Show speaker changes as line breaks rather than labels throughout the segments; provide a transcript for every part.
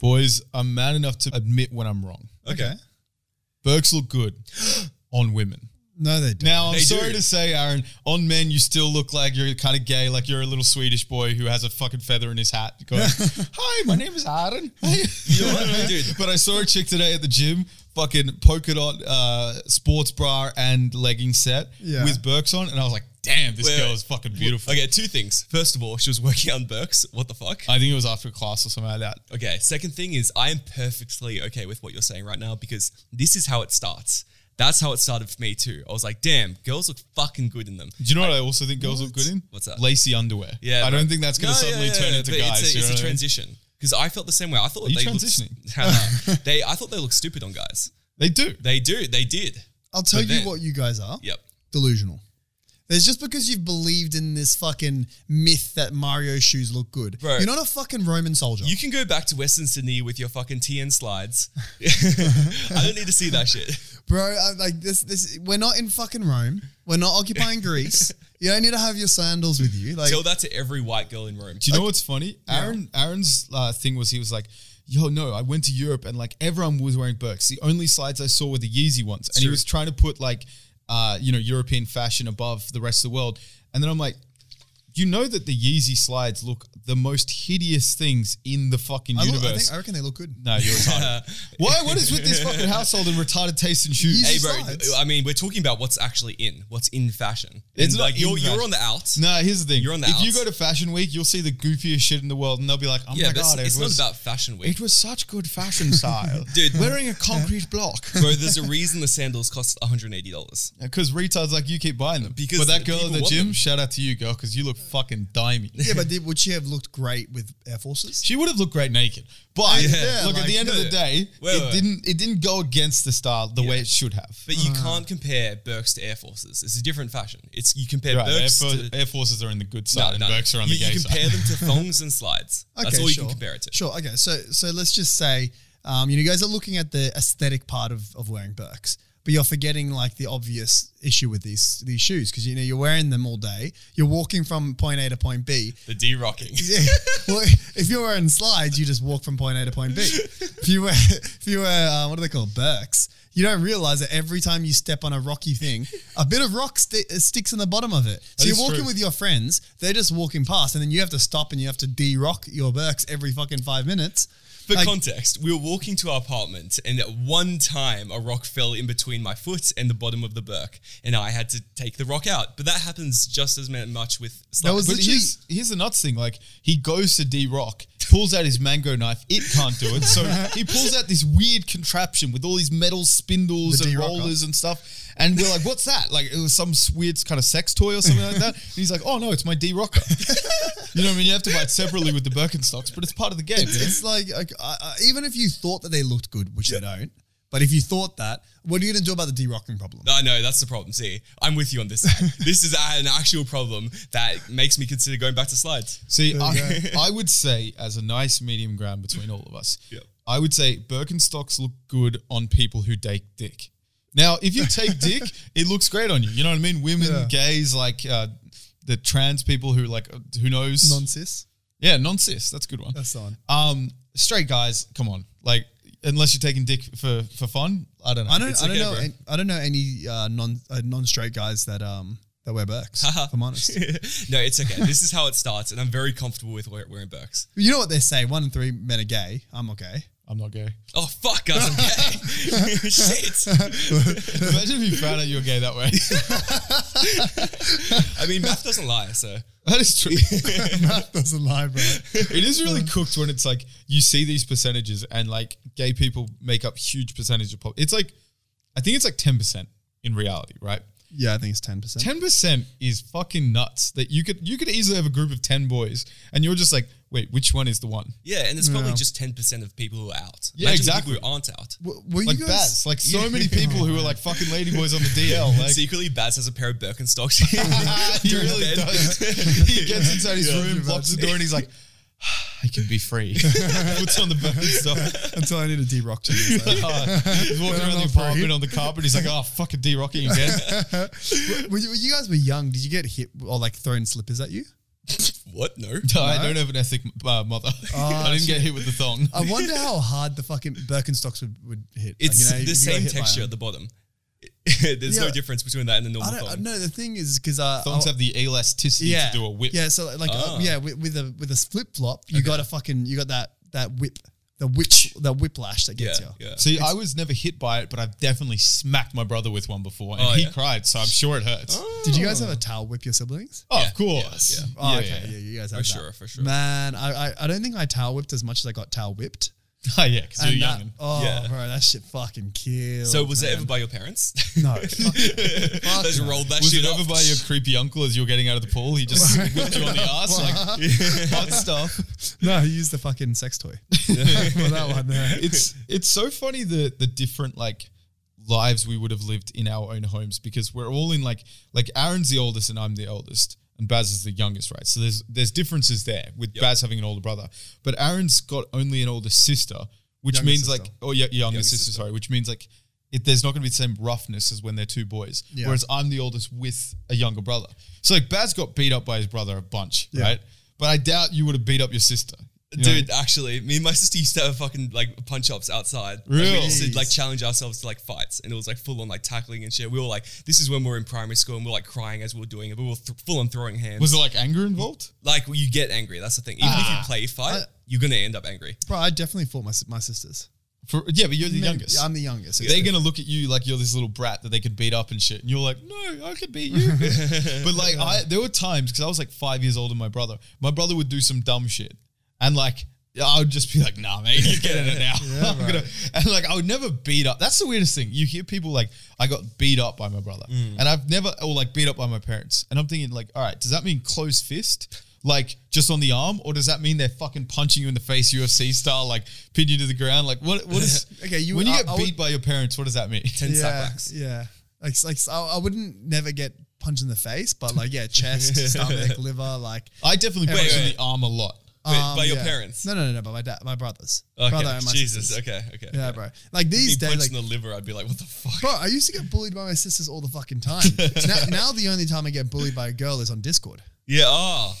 Boys, I'm man enough to admit when I'm wrong.
Okay.
Burks look good on women.
No, they don't.
Now, I'm
They
sorry
do.
to say, Aaron, on men, you still look like you're kind of gay, like you're a little Swedish boy who has a fucking feather in his hat. Going, Hi, my name is Aaron.
know what, dude?
But I saw a chick today at the gym, fucking polka dot uh, sports bra and legging set
Yeah.
with Burks on. And I was like, damn, this
Wait,
girl
wait.
is fucking beautiful.
Okay, two things. First of all, she was working on Burks. What the fuck?
I think it was after class or something like that.
Okay. Second thing is, I am perfectly okay with what you're saying right now because this is how it starts. That's how it started for me too. I was like, damn, girls look fucking good in them.
Do you know what I also think girls look good in?
What's that?
Lacy underwear.
Yeah,
I
but-
don't think that's going to
No,
suddenly
yeah, yeah,
turn
yeah,
into
but
guys.
It's a,
you
it's
know
a
what I mean?
transition because I felt the same way. I thought
you
they looked-
transitioning?
No, no. they, I thought they looked stupid on guys.
They do.
They do. They did.
I'll tell
But
you
then-
what you guys are.
Yep.
Delusional. It's just because you've believed in this fucking myth that Mario shoes look good.
Bro.
You're not a fucking Roman soldier.
You can go back to Western Sydney with your fucking TN slides. I don't need to see that shit.
Bro, I, like this this we're not in fucking Rome. We're not occupying Greece. You don't need to have your sandals with you. Like
Tell that to every white girl in Rome.
Do you know what's funny? Aaron Aaron's uh, thing was he was like, "Yo, no, I went to Europe and like everyone was wearing Birks. The only slides I saw were the Yeezy ones." and he
true.
was trying to put like, uh, you know, European fashion above the rest of the world. And then I'm like, you know that the Yeezy slides look the most hideous things in the fucking
I, look, I,
universe.
think, I reckon they look good.
no, you're retarded. Why? What is with this fucking household and retarded taste in shoes?
Yeezy
Hey, bro.
slides.
I mean, we're talking about what's actually in, what's in fashion.
It's
It's
not
like
in
you're,
fashion.
you're on the out.
No, oh here's the thing.
You're on the
if you
outs.
go to Fashion Week, you'll see the goofiest shit in the world, and they'll be like, "Oh
yeah,
my
but it's-
god,
it's
it
not
was
about fashion week.
it was such good fashion style,
Dude.
Wearing a concrete block."
Bro, there's a reason the sandals cost $180.
Because retards like you keep buying them.
Because
but that girl at
people
the
want
gym,
them.
shout out to you, girl, because you look fucking dimey.
Yeah, but did, would she have looked great with Air Forces?
She would have looked great naked, but
Yeah,
look at
like-
the end of the
Yeah.
day,
Wait,
it
wait.
didn't it didn't go against the style the way it should have.
But you can't compare Burks to Air Forces. It's a different fashion. It's You compare
You're right, Air,
Burks
Force-
to.
Air Forces are in the good
No,
side,
no.
and Burks are on
you,
the gay
you compare
side.
them to thongs and slides. That's all you can compare it to.
Sure. Okay. So so let's just say, um, you know, you guys are looking at the aesthetic part of, of wearing Birks, but you're forgetting like the obvious issue with these these shoes because you know you're wearing them all day. You're walking from point A to point B.
The D rocking.
Yeah. well, if you're wearing slides, you just walk from point A to point B. If you wear, if you wear, uh, what do they call Birks? You don't realize that every time you step on a rocky thing, a bit of rock sti- uh, sticks in the bottom of it. So
is
you're walking
true.
with your friends; they're just walking past, and then you have to stop and you have to de-rock your Birks every fucking five minutes.
For
Like-
context, we were walking to our apartment, and at one time a rock fell in between my foot and the bottom of the Burke, and I had to take the rock out. But that happens just as ma- much with slides.
was
But
literally-
here's, here's the nuts thing: like he goes to D Rock, pulls out his mango knife. It can't do it, so he pulls out this weird contraption with all these metal spindles
The
and
D-Rocker.
rollers and stuff. And we're like, "What's that?" Like it was some weird kind of sex toy or something like that. And he's like, "Oh no, it's my D Rocker." you know, what I mean, you have to buy it separately with the Birkenstocks, but it's part of the game. you know?
It's like, like I I- even if you thought that they looked good, which they don't, but if you thought that, what are you going to do about the de-rocking problem?
I know that's the problem. See, I'm with you on this. side. this is an actual problem that makes me consider going back to slides.
See, I,
you
I would say as a nice medium ground between all of us,
Yep.
I would say Birkenstocks look good on people who take dick. Now, if you take dick, it looks great on you. You know what I mean? Women,
Yeah.
gays, like uh, the trans people who like uh, who knows?
Non-cis.
yeah, non cis. That's a good one.
That's the one.
Um, straight guys, come on. Like, unless you're taking dick for for fun, I don't know.
I don't.
It's
I don't
okay,
know.
bro.
Any, I don't know any uh, non uh, non straight guys that um that wear Birks. if I'm honest.
no, it's okay. This is how it starts, and I'm very comfortable with wear- wearing Burks.
You know what they say? One in three men are gay. I'm okay.
I'm not gay.
Oh fuck, guys, I'm gay. Shit.
Imagine if you found out you were gay that way.
I mean, math doesn't lie. So
that is true.
Math doesn't lie, bro.
It is really cooked when it's like you see these percentages and like gay people make up huge percentage of pop. It's like I think it's like ten percent in reality, right?
Yeah, I think it's ten percent.
Ten percent is fucking nuts. That you could you could easily have a group of ten boys and you're just like, wait, which one is the one?
yeah, and it's probably
Yeah.
just ten percent of people who are out.
Yeah,
Imagine the
exactly.
People who aren't out.
Were you
Like
guys?
bats, like so many people who are like fucking ladyboys on the DL. Like
Secretly, Baz has a pair of Birkenstocks.
he
During
really
bed.
does. He gets inside his
Yeah.
room, locks the door, and he's like, I can be free. Puts on the Birkenstock.
Until I need a D-rock to use that.
Uh, he's walking
I'm
around the
not free.
apartment on the carpet. He's like, oh, fucking D rocking again.
Were you, you guys were young. Did you get hit or like thrown slippers at you?
what? No.
I don't have an ethnic uh, mother. I didn't get hit with the thong.
I wonder how hard the fucking Birkenstocks would, would hit. Like,
It's
you know, if
the
you got
same
hit by
texture
them.
at the bottom. There's no
Yeah.
difference between that and the normal
I don't, I
thong.
know. The thing is, because uh,
Thongs
I-
have the elasticity
yeah,
to do a whip.
Yeah, so like, uh,
Ah.
yeah, with, with a with a flip flop, you got a fucking, you got that that whip, the whip, the whiplash that
Yeah,
gets you.
yeah.
See, I was never hit by it, but I've definitely smacked my brother with one before, and
Oh,
he
yeah?
cried, so I'm sure it hurts. Oh,
Did you guys ever towel whip your siblings?
Yeah,
of course.
yeah, yeah.
Oh, okay, yeah, you guys have
For
that.
sure, for sure.
Man, I, I I don't think I towel whipped as much as I got towel whipped.
Oh, yeah, because you're
And
young.
that, oh,
Yeah.
bro, that shit fucking kills.
Oh, so was
man.
it ever by your parents?
No. fuck
They just
no.
rolled that
was
shit
it
up.
over by your creepy uncle as you were getting out of the pool? He just whipped you on the ass, like hot stuff.
no, he used the fucking sex toy. For that one, no.
It's it's so funny the the different like lives we would have lived in our own homes because we're all in like like Aaron's the oldest and I'm the oldest and Baz is the youngest, right? So there's there's differences there with Baz having an older brother, but Aaron's got only an older sister, which
Younger
means
sister.
like oh yeah, younger sister,
sister.
sorry, which means like. It, there's not going to be the same roughness as when they're two boys.
Yeah.
Whereas I'm the oldest with a younger brother. So like Baz got beat up by his brother a bunch,
Yeah.
right? But I doubt you would have beat up your sister. you know?
Dude, actually, me and my sister used to have fucking like punch ups outside. Like,
Really?
we used
Jeez.
to like challenge ourselves to like fights, and it was like full on like tackling and shit. We were like, this is when we were in primary school, and we were like crying as we were doing it. But we were th- full on throwing hands.
Was there like anger involved?
like you get angry. That's the thing. Even
Ah.
if you play a fight, you're gonna end up angry.
Bro, I definitely fought my si- my sisters.
For, yeah, but you're the youngest.
I'm the youngest.
They're gonna look at you like you're this little brat that they could beat up and shit, and you're like, no, I could beat you. but like, I there were times because I was like five years older than my brother. My brother would do some dumb shit, and like. I would just be like, nah, mate, you're getting it now. I'm gonna, and like, I would never beat up. That's the weirdest thing. You hear people like, I got beat up by my brother, and I've never, or like, beat up by my parents. And I'm thinking, like, all right, does that mean closed fist, like just on the arm, or does that mean they're fucking punching you in the face, UFC style, like pin you to the ground? Like, what, what is?
Okay, you-
when you
I-
get
I
beat
would-
by your parents, what does that mean?
Ten
yeah,
setbacks.
yeah. Like, like so I I wouldn't never get punched in the face, but like, yeah, chest, stomach, liver, like.
I definitely
Wait,
punch in
wait.
the arm a lot.
Wait,
um,
by your
yeah.
parents.
No, no, no, no, by my dad, my brothers.
Okay.
Brother and my
Jesus.
sisters.
Okay. Okay.
Yeah, bro. Like these
He
days,
punched
like,
in the liver. I'd be like, what the fuck?
bro, I used to get bullied by my sisters all the fucking time. now, now the only time I get bullied by a girl is on Discord.
Yeah. Oh,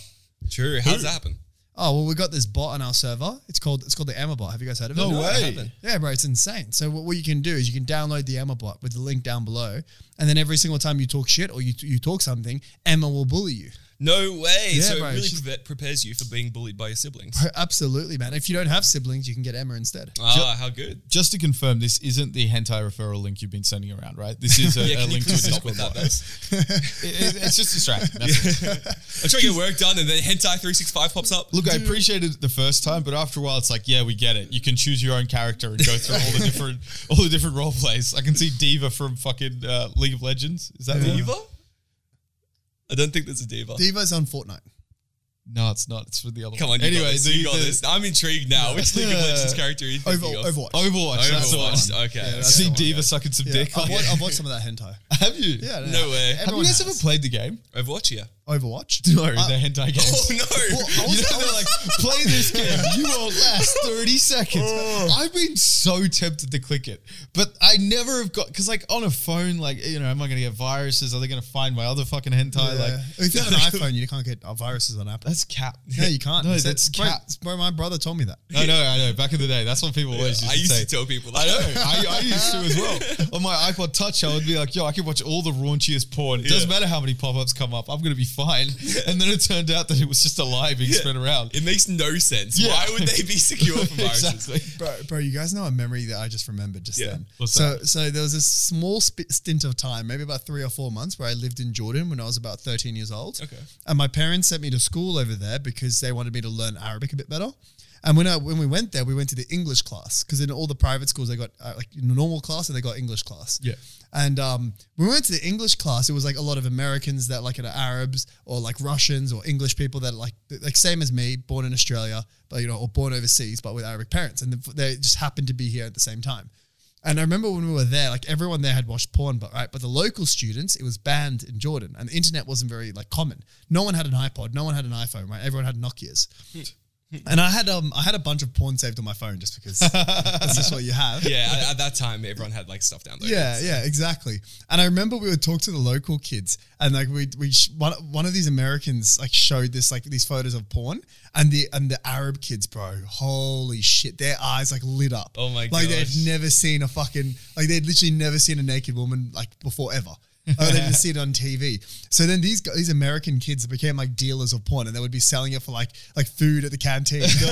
true. How does that happen?
Oh well, we got this bot on our server. It's called it's called the Emma bot. Have you guys heard of it?
No
I
way.
haven't.
Yeah, bro, it's insane. So what, what you can do is you can download the Emma bot with the link down below, and then every single time you talk shit or you you talk something, Emma will bully you.
No way.
Yeah,
so
bro,
it really
she's-
pre- prepares you for being bullied by your siblings.
Absolutely, man. If you don't have siblings, you can get Emma instead.
Ah, how good.
Just to confirm, this isn't the hentai referral link you've been sending around, right? This is a, a
Yeah, can you
link to a
please stop
Discord
with
bot.
that, Baz?
It- it- it's just distracting. That's it.
I'm trying to get work done, and then hentai three six five pops up.
Look, I appreciated it the first time, but after a while, it's like, yeah, we get it. You can choose your own character and go through all the different all the different role plays. I can see Diva from fucking uh, League of Legends. Is that the one?
diva. I don't think there's a diva.
Diva's on Fortnite.
No, it's not. It's for the other.
Come
one.
on, you anyway, got this. you got this. I'm intrigued now. Which League of Legends character are you
Over,
thinking of?
Overwatch.
Overwatch. That's the one.
Overwatch. Okay. okay.
that's
see
the one,
Diva sucking some
Yeah,
dick.
I've,
Like,
watched, I've watched some of that hentai.
have you?
Yeah,
Have
No way. Have you
you
Everyone
guys
has.
ever played the game?
Overwatch. Yeah.
Overwatch? Ah,
No, the hentai game.
Oh no.
I was kind of like, play this game. You won't last 30 seconds.
Oh.
I've been so tempted to click it, but I never have got, because like on a phone, like, you know, am I going to get viruses? Are they going to find my other fucking hentai?
Yeah.
Like,
if you have an iPhone, you can't get uh, viruses on Apple.
that's cap.
No, you can't.
No,
It's-
that's
bro,
cap.
Bro, my brother told me that.
I know, I know. Back in the day, that's what people always used
I
to
used
say.
to tell people.
I
That.
know. I, I used to as well. On my iPod Touch, I would be like, yo, I could watch all the raunchiest porn. It doesn't
Yeah.
matter how many pop ups come up. I'm going to be fine. And then it turned out that it was just a lie being spread around.
It makes no sense.
Yeah.
Why would they be secure from viruses?
Bro, bro, you guys know a memory that I just remembered just
Yeah.
then.
What's
so, so there was this small sp- stint of time, maybe about three or four months, where I lived in Jordan when I was about thirteen years old.
Okay.
and my parents sent me to school over there because they wanted me to learn Arabic a bit better. And when I when we went there, we went to the English class because in all the private schools they got uh, like normal class and they got English class.
Yeah.
And um, when we went to the English class, it was like a lot of Americans that like are Arabs or like Russians or English people that like like same as me, born in Australia, but you know, or born overseas, but with Arabic parents, and they just happened to be here at the same time. And I remember when we were there, like everyone there had watched porn, but right, but the local students, it was banned in Jordan, and the internet wasn't very like common. No one had an iPod, no one had an iPhone, right? Everyone had Nokia's. And I had um I had a bunch of porn saved on my phone just because that's just what you have.
Yeah, at, at that time, everyone had like stuff downloaded.
Yeah, yeah, exactly. And I remember we would talk to the local kids, and like we we sh- one one of these Americans like showed this like these photos of porn, and the and the Arab kids, bro, holy shit, their eyes like lit up.
Oh my
Like
gosh.
they've never seen a fucking like they'd literally never seen a naked woman like before ever. Oh, they just see it on TV. So then these gu- these American kids became like dealers of porn, and they would be selling it for like like food at the canteen, which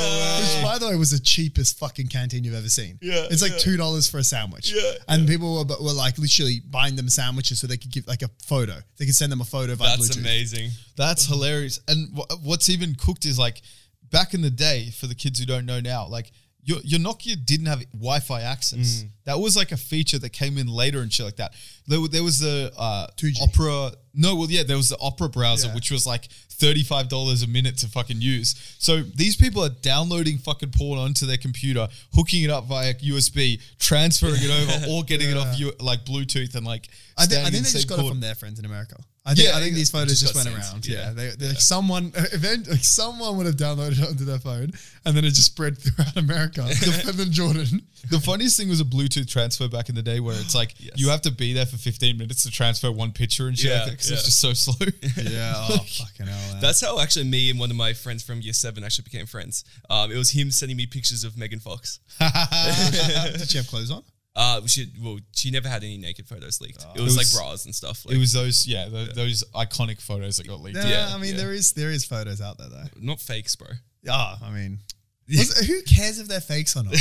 by the way was the cheapest fucking canteen you've ever seen.
Yeah,
it's like
yeah.
two dollars for a sandwich.
Yeah,
and people were, were like literally buying them sandwiches so they could give like a photo. They could send them a photo via
That's
Bluetooth.
amazing.
That's hilarious. And wh- what's even cooked is like back in the day for the kids who don't know now, like your, your Nokia didn't have Wi-Fi access.
Mm.
That was like a feature that came in later and shit like that. There, wa- there was the uh,
2G.
Opera. No, well, yeah, there was the Opera browser,
Yeah.
which was like thirty-five dollars a minute to fucking use. So these people are downloading fucking porn onto their computer, hooking it up via USB, transferring it over, or getting it off you like Bluetooth and like.
I think, I
standing
think
in
they
same
just got it
court.
from their friends in America. I think,
Yeah,
I think these photos
just
just,
got
went
sent.
around.
Yeah.
Yeah, They, they, like someone, event, like someone would have downloaded it onto their phone, and then it just spread throughout America. and then Jordan,
The funniest thing was a Bluetooth transfer back in the day where it's like you have to be there for 15 minutes to transfer one picture and shit
Yeah,
like that because
yeah.
it's just so slow.
yeah, oh fucking hell, man.
That's how actually me and one of my friends from year seven actually became friends. Um, it was him sending me pictures of Megan Fox.
did she have clothes on?
Uh, she well, she never had any naked photos leaked. it, was
It was-
like bras and stuff. Like,
it was those, yeah, tho- those iconic photos that got leaked.
Yeah,
Yeah,
I
yeah.
mean there is there is photos out there though.
not fakes, bro.
Yeah, I mean, was- who cares if they're fakes or not?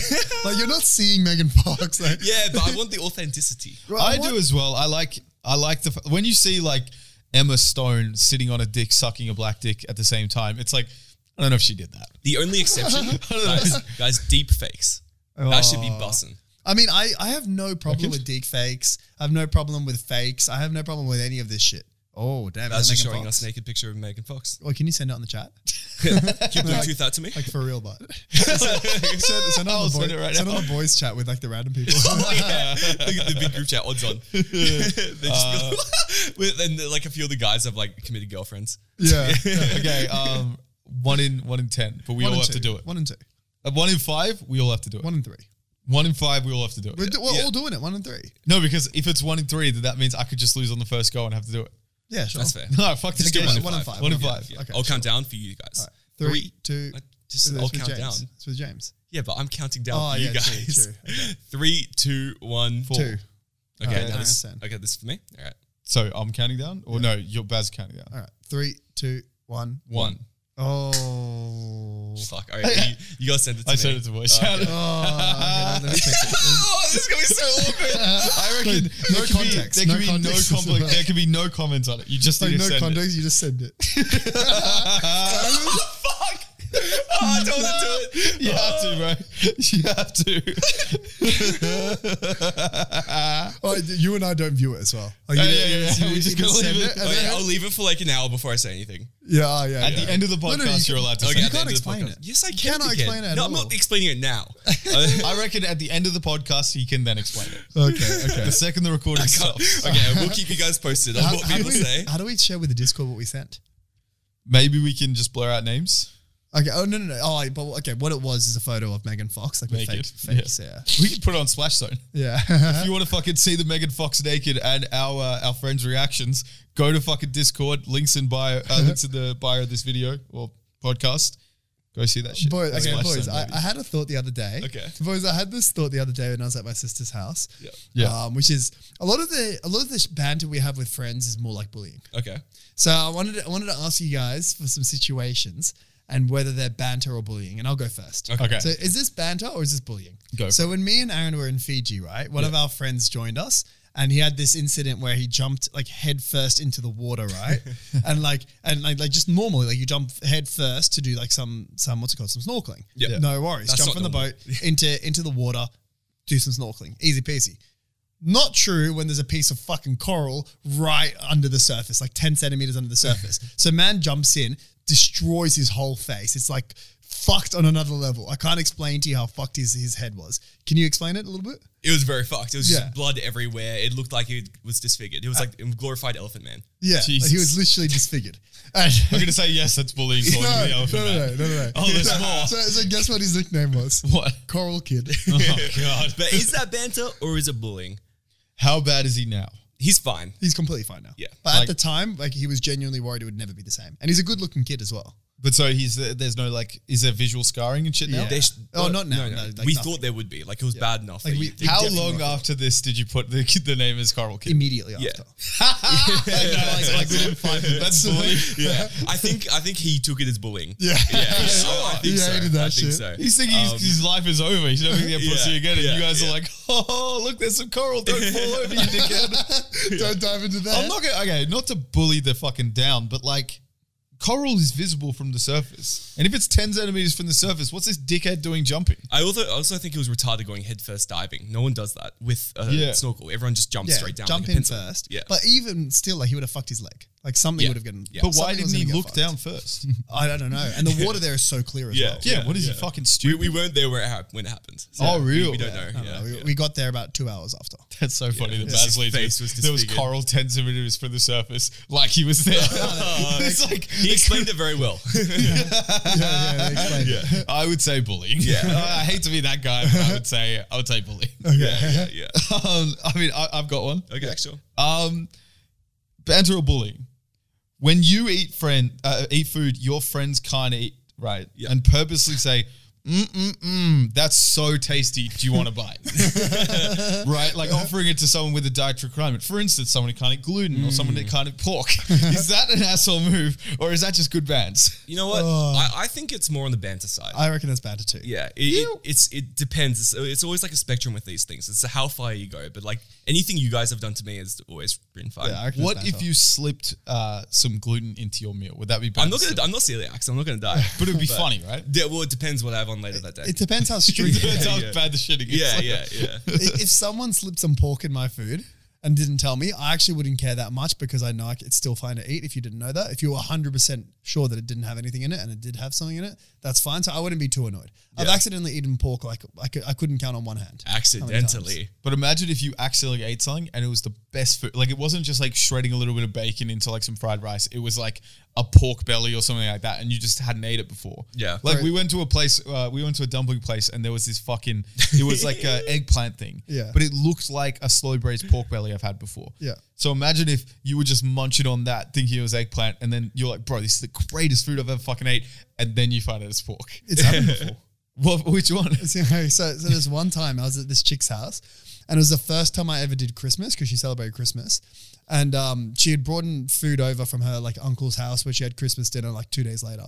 like you're not seeing Megan Fox. Like,
Yeah, but I want the authenticity.
Right,
I
what-
do as well. I like, I like the, f- when you see like Emma Stone sitting on a dick sucking a black dick at the same time, it's like, I don't know if she did that.
The only exception, guys, guys, deep fakes. That should be
Oh.
bussin'.
I mean, I, I have no problem
Reckon?
with deep fakes. I have no problem with fakes. I have no problem with any of this shit. Oh, damn.
That's
that's
just
Megan
showing
Fox.
us naked picture of Megan Fox.
Well, can you send it on the chat?
Can you Bluetooth that to me?
Like for real, but send, send it on
I'll
the boy,
send it right
send it
now.
on the boys chat with like the random people.
Yeah. the, the big group chat odds on. they just be like- with, and like a few of the guys have like committed girlfriends.
yeah,
Okay. Um, one in, one in 10, but we all
and
have
two.
to do it. One,
One and two,
one in five, we all have to do it.
one
One,
and three.
in five, we all have to do it.
We're, do- we're
Yeah.
all doing it. One and three.
No, because if it's one in three, then that means I could just lose on the first go and have to do it.
Yeah, sure.
That's fair.
No, fuck this.
Just do
game.
one in
One
five.
in five. One in five.
Yeah.
Okay,
I'll count down for you guys.
Three, two.
I just,
That's
I'll
with
count
James.
down.
It's with James.
Yeah, but I'm counting down
Oh,
for you
yeah, true,
guys.
true.
Three, two, one, four.
Two.
Okay, now
Alright, I
this,
understand.
okay, this is for me. All right.
So I'm counting down, or no, your Baz counting down.
All right. Three, two, one.
One.
Oh.
Fuck. All right. you, you gotta send it to
I
me.
said it to voice.
Oh, okay, let me fix it.
Oh, this is gonna be so awkward.
I reckon
No
there could
context,
be there could
no
be no
context as
compli-
well.
there could be no comments on it. You just
Like
need to
no
send
context, you just send it.
Fuck. Oh, I don't want to do it.
it. You have to, bro. You have to.
Oh, you and I don't view it as well. Like,
Yeah,
you-
yeah, yeah, yeah.
you-
We
you
just
can
gotta leave
send
it.
and
Okay,
then-
I'll leave it for like an hour before I say anything.
yeah, oh, yeah.
At
yeah.
the end of the
no,
podcast,
no, you
you are allowed to.
Okay,
say
Oh, at the
can't
end of the
explain
podcast.
it.
Yes, I
You
can.
cannot
you
explain it at
No, I'm
all.
not explaining it now.
it. I reckon at the end of the podcast, he can then explain it.
Okay, okay.
The second the recording stops,
okay, we'll keep you guys posted on
how,
what
how do
people
we,
say.
how do we share with the Discord what we sent?
maybe we can just blur out names.
Okay. Oh no, no, no. Oh, I- but okay. What it was is a photo of Megan Fox, like with fake,
Naked.
fakes. Yeah,
We could put it on Splash Zone.
yeah.
If you want to fucking see the Megan Fox naked and our uh, our friends' reactions, go to fucking Discord. Links in bio. Uh, links in the bio of this video or podcast. Go see that shit.
Boy,
That's
okay,
Splash
boys.
Zone,
I,
baby.
I had a thought the other day.
Okay.
boys. I had this thought the other day when I was at my sister's house.
Yeah.
Yeah.
Um, which is a lot of the a lot of the banter we have with friends is more like bullying.
Okay.
So I wanted to, I wanted to ask you guys for some situations and whether they're banter or bullying. And I'll go first.
Okay.
So is this banter or is this bullying?
Go.
So when me and Aaron were in Fiji, right? One of our friends joined us. And he had this incident where he jumped like head first into the water, right? and like, and like, like just normally, like you jump head first to do like some, some what's it called, some snorkeling.
Yeah.
no worries.
That's
jump
not
from the
normal.
boat into into the water, do some snorkeling, easy peasy. Not true when there's a piece of fucking coral right under the surface, like 10 centimeters under the surface. so man jumps in, destroys his whole face. It's like fucked on another level. I can't explain to you how fucked his, his head was. Can you explain it a little bit?
It was very fucked. It was
Yeah.
just blood everywhere. It looked like he was disfigured. It was like a glorified elephant man.
Yeah. like, he was
Jesus.
literally disfigured. And-
I'm gonna say yes. That's bullying.
no,
Calling no, the
no,
elephant
no, no,
man.
no, no.
Oh, there's
so,
more.
So, so guess what his nickname was?
What?
Coral Kid.
Oh god.
But is that banter or is it bullying?
How bad is he now?
He's fine.
He's completely fine now.
Yeah.
But at
Like-
the time, like he was genuinely worried it would never be the same. And he's a good looking kid as well.
But so he's uh, there's no like is there visual scarring and shit now?
Yeah.
They sh-
Oh, not now, no, like
we
nothing.
thought there would be. Like it was bad enough.
Like
that
we-
you- they
How
definitely
long
wrote it off.
after this did you put the kid, the name as Carl Kid?
Immediately
Yeah.
after.
like, like within five minutes. That's bullying.
Yeah, I think I think he took it as bullying.
Yeah.
yeah, I, I think
He
so.
hated that
I think
shit.
so.
He's thinking his,
Um,
his life is over. He's never gonna get pussy
Yeah,
again. And
yeah,
you guys
yeah.
are like, oh, look, there's some coral. Don't fall over, you dickhead.
Don't dive into that.
I'm not gonna, okay, not to bully the fucking down, but like, coral is visible from the surface. And if it's 10 centimeters from the surface, what's this dickhead doing jumping?
I also also think it was retarded going headfirst diving. No one does that with a
Yeah.
snorkel. Everyone just jumps
yeah,
straight down.
Jump
like a
in
pencil.
first.
Yeah,
But even still, like he would have fucked his leg. Like something
Yeah.
would have gotten.
Yeah.
But why
something was
didn't he
gonna get
look
fucked.
down first?
I don't know. And the water there is so clear as
Yeah.
well.
Yeah, what is
yeah.
he fucking
we,
stupid?
we weren't there where it hap- when it happened. So
Oh,
we- We,
real?
don't
Yeah.
know.
No,
Yeah,
no, we,
yeah.
we got there about two hours after.
That's so funny that
His
Baz Lee
face
face
was
there was
disfigured.
coral 10 centimeters from the surface, like he was there. it's like,
He explained it very well.
yeah, yeah, they explained it.
I would say bullying.
Yeah.
I hate to be that guy, but I would say, I would say bullying.
yeah, yeah, yeah.
Um, I mean, I, I've got one.
Okay, sure.
Um, banter or bullying? When you eat friend uh, eat food, your friends can't eat right,
Yeah.
and purposely say, "Mm mm mm, that's so tasty. Do you want to bite?" right, like offering it to someone with a dietary requirement. For instance, someone who can't eat gluten or someone
Mm.
that can't eat pork. is that an asshole move, or is that just good bands?
You know what?
Uh,
Oh.
I, I think it's more on the banter side.
I reckon that's bad too.
yeah, it, it, it's it depends. It's, it's always like a spectrum with these things. It's how far you go. But like anything you guys have done to me has always been fine.
Yeah, I reckon
What
that's
if
banter.
you slipped uh, some gluten into your meal? Would that be? Banter
I'm not gonna.
still?
I'm not celiac, so I'm not gonna die.
but it'd be funny, right?
yeah, well, it depends what I have on later that day.
It depends how strict.
Depends how
yeah.
bad the shitting is.
yeah, yeah, yeah.
I- if someone slipped some pork in my food and didn't tell me, I actually wouldn't care that much because I know I c- it's still fine to eat if you didn't know that. If you were 100% sure that it didn't have anything in it and it did have something in it, that's fine. So I wouldn't be too annoyed. I've
Yeah.
accidentally eaten pork like I, could, I couldn't count on one hand.
Accidentally.
But imagine if you accidentally ate something and it was the best food. Like it wasn't just like shredding a little bit of bacon into like some fried rice. It was like a pork belly or something like that, and you just hadn't ate it before.
Yeah.
Like
Right.
we went to a place, uh, we went to a dumpling place, and there was this fucking, it was like an eggplant thing.
Yeah.
But it looked like a slow braised pork belly I've had before.
Yeah.
So imagine if you were just munching on that, thinking it was eggplant, and then you're like, bro, this is the greatest food I've ever fucking ate, and then you find out it's pork.
It's happened before.
What? Which one?
so, so there's one time I was at this chick's house, and it was the first time I ever did Christmas because she celebrated Christmas, and um, she had brought in food over from her like uncle's house where she had Christmas dinner like two days later,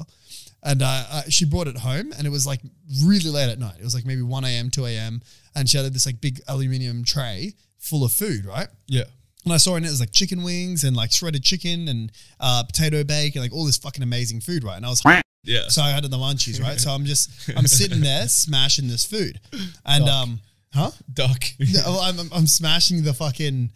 and uh, uh, she brought it home, and it was like really late at night. It was like maybe one a.m., two a.m., and she had this like big aluminium tray full of food, right?
Yeah.
And I saw in it, it was like chicken wings and like shredded chicken and uh, potato bake and like all this fucking amazing food, right? And I was
Yeah.
so I had the munchies, right? So I'm just I'm sitting there smashing this food, and um, huh?
Duck.
No, well, I'm, I'm I'm smashing the fucking.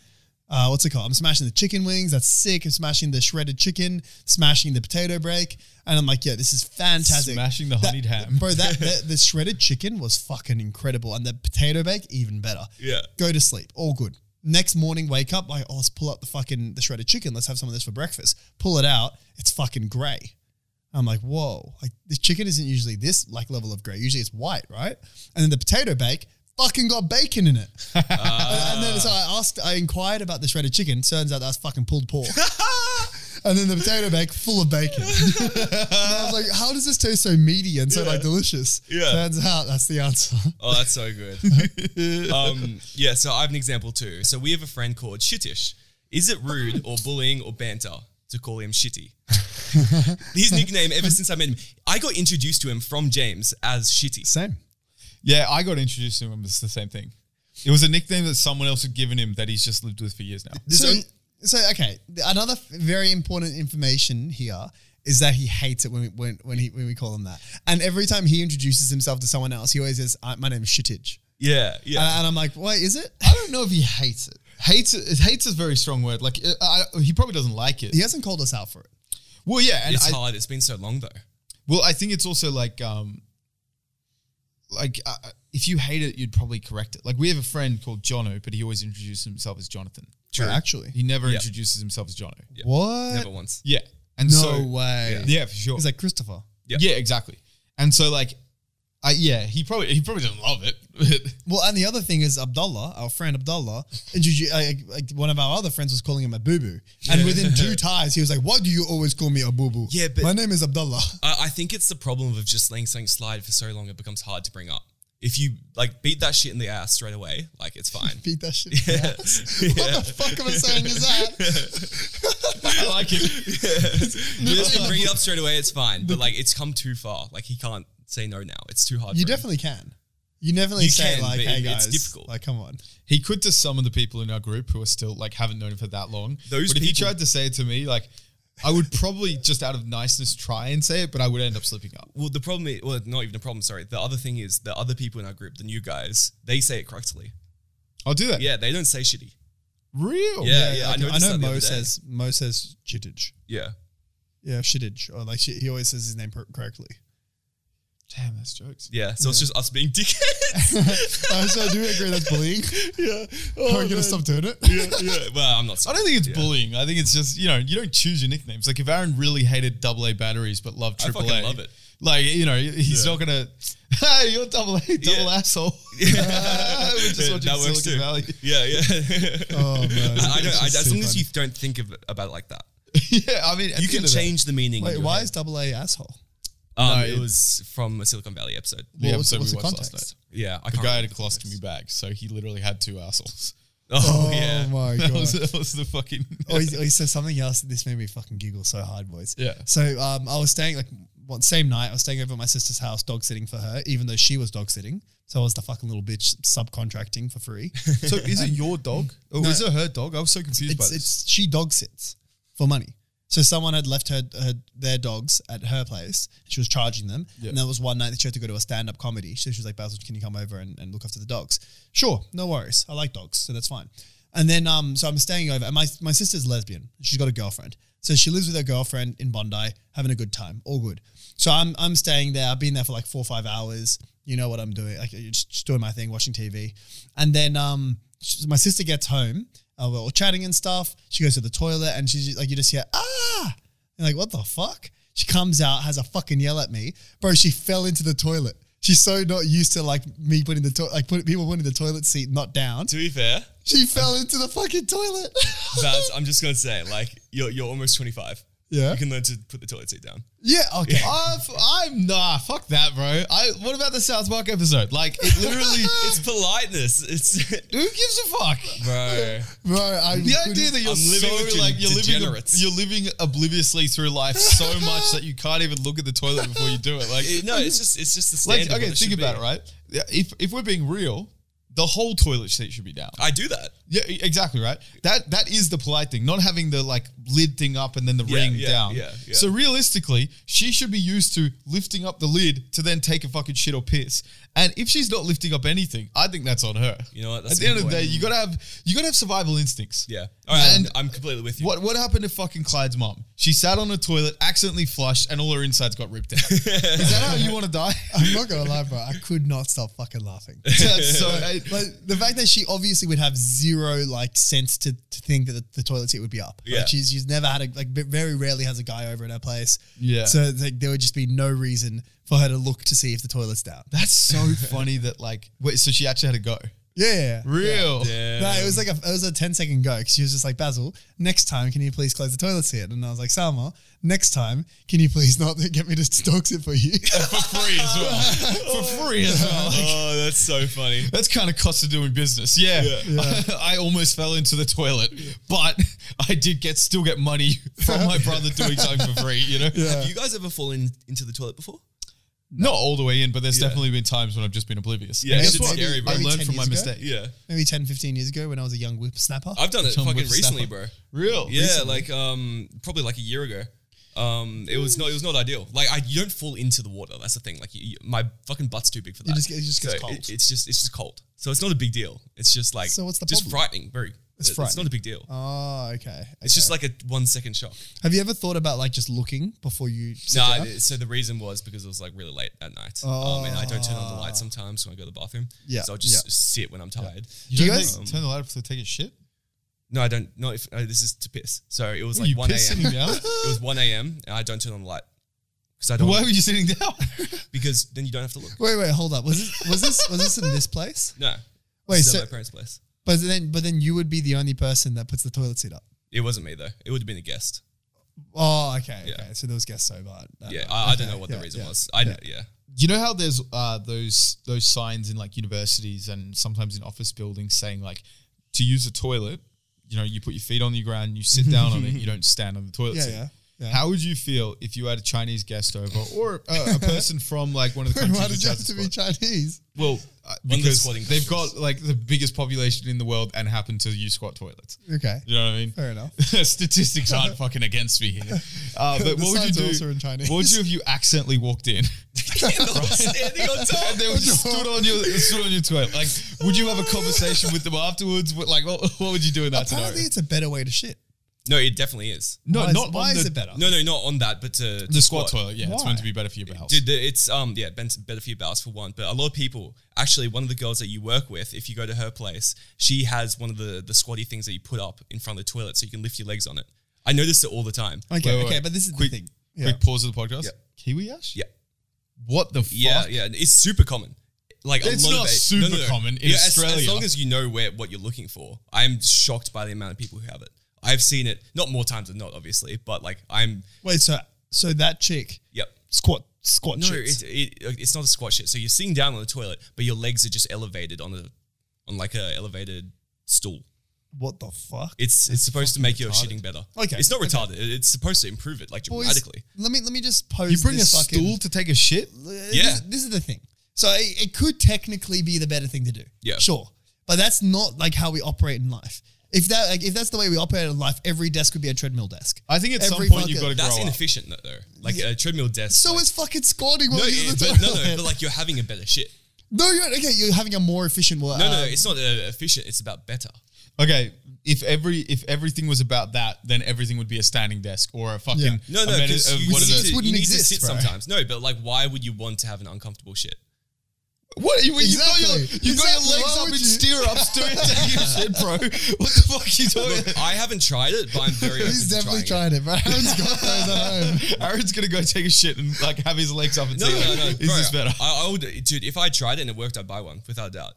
Uh, what's it called? I'm smashing the chicken wings. That's sick. I'm smashing the shredded chicken, smashing the potato break, and I'm like, yeah, this is fantastic.
Smashing the
That-
honeyed ham.
bro. That the, the shredded chicken was fucking incredible, and the potato bake even better.
Yeah.
Go to sleep, all good. Next morning, wake up like, oh, let's pull up the fucking the shredded chicken. Let's have some of this for breakfast. Pull it out, it's fucking grey. I'm like, whoa, like this chicken isn't usually this like level of gray. Usually it's white, right? And then the potato bake fucking got bacon in it. and then so I asked, I inquired about the shredded chicken. Turns out that's fucking pulled pork. and then the potato bake full of bacon. and I was like, how does this taste so meaty and so like delicious?
Yeah.
Turns out that's the answer.
Oh, that's so good. um, yeah, so I have an example too. So we have a friend called Shittish. Is it rude or bullying or banter to call him Shitty? His nickname ever since I met him. I got introduced to him from James as Shitty.
Same.
Yeah, I got introduced to him. It's the same thing. It was a nickname that someone else had given him that he's just lived with for years now.
There's
So,
only-
so okay, th- another f- very important information here is that he hates it when we, when when, he, when we call him that. And every time he introduces himself to someone else, he always says, "I- "My name is Shittage,"
Yeah,
and,
yeah.
and I'm like, "Why is it?"
I don't know if he hates it. Hates it. Hates is a very strong word. Like uh, I, he probably doesn't like it.
He hasn't called us out for it.
Well, yeah, and
It's
I,
hard. It's been so long though.
Well, I think it's also like, um, like uh, if you hate it, you'd probably correct it. Like we have a friend called Jono, but he always introduces himself as Jonathan.
True.
Well, actually.
He never
Yeah.
introduces himself as Jono.
Yeah.
What?
Never once.
Yeah, and
no
so
way.
Yeah.
yeah, for sure.
He's like Christopher.
Yeah.
Yeah, exactly. And so like, I yeah, he probably he probably doesn't love it.
Well, and the other thing is Abdullah, our friend Abdullah, introdu- I, I- like one of our other friends was calling him a boo boo, and within two ties, he was like, "Why do you always call me a boo boo?
Yeah, but-
my name is Abdullah."
I, I think it's the problem of just letting something slide for so long it becomes hard to bring up. If you like beat that shit in the ass straight away, like it's fine.
Beat that shit. Yeah. What the fuck am I saying? Is that?
I like it.
You just bring it up straight away, it's fine. But like it's come too far. Like he can't say no now. It's too hard.
You
for him.
definitely can. You definitely
You
say
can,
like,
but
"Hey
it-
guys,"
it's difficult.
Like, come on.
He could to some of the people in our group who are still like haven't known him for that long.
Those
but if he
people-
tried to say it to me, like I would probably just out of niceness try and say it, but I would end up slipping up.
Well, the problem is, well, not even a problem, sorry. The other thing is the other people in our group, the new guys, they say it correctly.
I'll do that.
Yeah, they don't say shitty.
Real.
Yeah, yeah. I,
I, do- I
noticed
know
that the other
Mo
day.
says Mo says shittage.
Yeah.
Yeah, shittage. Or like shit, he always says his name per- correctly.
Damn, that's jokes.
Yeah. So it's just us being dickheads.
I so I do agree that's bullying.
Yeah.
Are we gonna stop doing it?
Oh, yeah. Well, I'm not
I
sorry.
don't think it's bullying. I think it's just you know you don't choose your nicknames. Like if Aaron really hated double A batteries but loved
I
triple A,
fucking love it.
Like you know he's
Yeah.
not gonna. Hey, you're double A, double
Yeah.
asshole. We're just
Yeah,
watching
that
Silicon
works too.
Valley.
Yeah, yeah.
Oh man,
I I don't,
It's
I,
just
as
too
long as
funny.
you don't think of it, about it like that,
yeah, I mean at
you
the
can
end of the day-
change the meaning. in
Wait,
your
why
head.
is double A asshole?
Um,
No,
it
it-
was from a Silicon Valley episode.
the
What was-
episode
what's
we
the
watched last
context?
night.
Yeah, I
The
can't
guy had a
remember the context.
colostomy bag, so he literally had two assholes.
Oh, yeah.
my
That
god.
was, that was the fucking.
or, Oh, he, or he said something else. This made me fucking giggle so hard, boys.
Yeah.
So um, I was staying like one same night. I was staying over at my sister's house, dog sitting for her, even though she was dog sitting. So I was the fucking little bitch subcontracting for free.
so is it your dog? Oh,
No.
is it her dog? I was so confused by
it's,
this.
it's she dog sits for money. So someone had left her, her their dogs at her place. She was charging them,
Yeah.
and there was one night that she had to go to a stand up comedy. So she was like, "Basil, can you come over and, and look after the dogs?" Sure, no worries. I like dogs, so that's fine. And then, um, so I'm staying over, and my my sister's lesbian. She's got a girlfriend, so she lives with her girlfriend in Bondi, having a good time, all good. So I'm I'm staying there. I've been there for like four or five hours. You know what I'm doing? Like just, just doing my thing, watching TV, and then um, she- my sister gets home. Uh, we're all chatting and stuff. She goes to the toilet, and she's just, like, you just hear ah, and like what the fuck? She comes out, has a fucking yell at me, bro. She fell into the toilet. She's so not used to like me putting the to- like put- people putting the toilet seat not down.
To be fair,
She fell into the fucking toilet.
Vaz, I'm just going to say, like, you're, you're almost 25.
Yeah.
You can learn to put the toilet seat down.
yeah. Okay.
I've, I'm nah, fuck that, bro. I what about the South Park episode? Like, it literally,
It's politeness. It's,
who gives a fuck?
bro.
Bro, I
The idea that you're
I'm living with
so
you
like you're living
degenerates.
you're living obliviously through life so much that you can't even look at the toilet before you do it. Like,
It- no, it's just, it's just the
like
standard. what
okay,
it
think
should
about
be.
it, right? Yeah, If if we're being real, the whole toilet seat should be down.
I do that.
Yeah, e- exactly right. That that is the polite thing, not having the like lid thing up and then the
Yeah,
ring
yeah,
down.
yeah, yeah.
So realistically, she should be used to lifting up the lid to then take a fucking shit or piss. And if she's not lifting up anything, I think that's on her.
You know what?
At
That's a
the
good
end of the day,
point.
you gotta have you gotta have survival instincts.
Yeah. All right.
And-
I'm, I'm completely with you.
What what happened to fucking Clyde's mom? She sat on a toilet, accidentally flushed, and all her insides got ripped out. is that how you want to die?
I'm not gonna lie, bro. I could not stop fucking laughing.
That's so. I-
Like the fact that she obviously would have zero like sense to, to think that the, the toilet seat would be up. Like,
Yeah.
she's she's never had a like ve- very rarely has a guy over at her place.
Yeah.
So like there would just be no reason for her to look to see if the toilet's down.
that's so funny that like wait, so she actually had to go.
Yeah.
Real.
Yeah.
No, it was like a it was a 10 second go because she was just like Basil. Next time, can you please close the toilet seat? And I was like Salma, next time, can you please not get me to dog sit for you?
for free as well.
For free as well.
oh, that's so funny.
That's kind of cost of doing business. Yeah.
Yeah.
I almost fell into the toilet, but I did get still get money from my brother doing something for free, you know?
Have you guys ever fallen into the toilet before?
Not all the way in, but there's
Yeah.
definitely been times when I've just been oblivious.
Yeah,
And
it's
guess what?
scary, bro.
I
Maybe
learned
10
from my
years ago?
mistake.
Yeah.
Maybe 10, 15 years ago when I was a young whip snapper.
I've done it
Tom
fucking
Whippersnapper.
recently, bro.
Real.
Yeah, like um, probably like a year ago. Um, it was not it was not ideal. Like I, you don't fall into the water. That's the thing. Like you, you- my fucking butt's too big for that.
just get- it just gets cold.
it's just it's just cold. So it's not a big deal. It's just like
So what's the
just
problem?
frightening. Very
It's
It's not
frightening.
a big deal.
Oh, okay.
It's just like a one second shock.
Have you ever thought about like just looking before you? sit
No,
down?
I- so the reason was because it was like really late at night. Um, and I don't turn on the light sometimes when I go to the bathroom.
Ah. Yeah,
So I'll just sit when I'm tired.
You
Do you
don't
guys-
think- turn the light off to take a shit?
No, I don't. No, if, no, this is to piss. So it was
Were
like
you
1
pissing
a.m.
down?
It was 1 a.m. and I don't turn on the light. Because I don't.
Why were you sitting down?
Because then you don't have to look.
Wait, wait, hold up. Was this was this was this in this place?
No.
Wait,
This is
so-
at my parents' place.
But then, but then you would be the only person that puts the toilet seat up.
It wasn't me, though. It would have been a guest.
Oh, okay,
Yeah.
okay. So there was guests sober. that
yeah.
night.
I, I don't
Uh, Okay,
know what
yeah,
the reason
yeah.
was. I know. Yeah.
You know how there's uh, those those signs in like universities and sometimes in office buildings saying like to use a toilet, you know, you put your feet on the ground, you sit down on it, you don't stand on the toilet
Yeah,
seat.
yeah, yeah.
How would you feel if you had a Chinese guest over or uh, a person from like one of the countries?
Why
which
did you
has
have
a
to
squad?
be Chinese?
Well, uh,
the
because
squatting
they've
countries.
got like the biggest population in the world and happen to use squat toilets.
Okay,
You know what I mean?
fair enough.
Statistics aren't fucking against me here. Uh, but
The
what would you
signs are
do?
also in Chinese.
What would you if you accidentally walked in
standing on top.
and they were just stood on your stood on your toilet? Like, would you have a conversation with them afterwards? What, like, what, what would you do in that
Apparently,
scenario?
it's a better way to shit.
No, it definitely is.
No,
why is-
not
why
on
is
the,
it better?
No, no, not on that, but to,
The squat toilet, yeah, it's meant
Why?
to be better for your bowels.
Dude, the- it's um yeah, ben- better for your bowels for one. But a lot of people, actually, one of the girls that you work with, if you go to her place, she has one of the the squatty things that you put up in front of the toilet so you can lift your legs on it. I notice it all the time.
Okay,
wait,
okay,
wait.
but this is
Quick-
the thing. Yeah.
Quick pause of the podcast.
Yeah.
Kiwi ash.
Yeah,
What the fuck?
yeah, yeah. It's super common. Like
It's
a lot
not
of it-
super common in
yeah, as- As,
Australia.
long as you know where what you're looking for, I'm shocked by the amount of people who have it. I've seen it not more times than not, obviously, but like I'm.
Wait, so so that chick
Yep.
squat squat
No,
shits.
it, it, it's not a squat shit. So you're sitting down on the toilet, but your legs are just elevated on a on like a elevated stool.
what the fuck?
It's it's supposed to make your shitting better.
Okay,
it's not retarded. It- It's supposed to improve it like
Boys,
dramatically.
Let me let me just pose.
You bring a
this fucking-
stool to take a shit?
yeah.
Yeah.
This, this is the thing. So it, it could technically be the better thing to do.
Yeah.
Sure. But that's not like how we operate in life. If that like, if that's the way we operate in life, every desk would be a treadmill desk.
I think at some
Every
point you've got
fucking-
to grow
That's
up.
inefficient though, though. Like a treadmill desk.
So
like,
is fucking squatting
no,
while you're
yeah,
in the
but, no, no,
toilet.
but like you're having a better shit.
No, you're okay. You're having a more efficient work.
No, no, it's not uh, efficient. It's about better.
Okay, if every if everything was about that, then everything would be a standing desk or a fucking
Yeah.
No, no,
a medi-
because
uh,
you,
what,
need
is
to,
it?
you
Wouldn't
need to
exist,
sit
bro.
sometimes. No, but like, why would you want to have an uncomfortable shit?
what you, you got your
Exactly.
you got
Exactly.
your legs
Why
up
would
in
you-
stir ups doing taking a shit, bro. What the fuck are you talking?
Look, I haven't tried it, but I'm very.
He's
open to
definitely
trying it.
tried it, bro. Aaron's got those at home.
Aaron's gonna go take a shit and like have his legs up and
No,
see
no,
like,
no, no.
is
bro,
this better?
I, I would, dude. If I tried it and it worked, I'd buy one without doubt.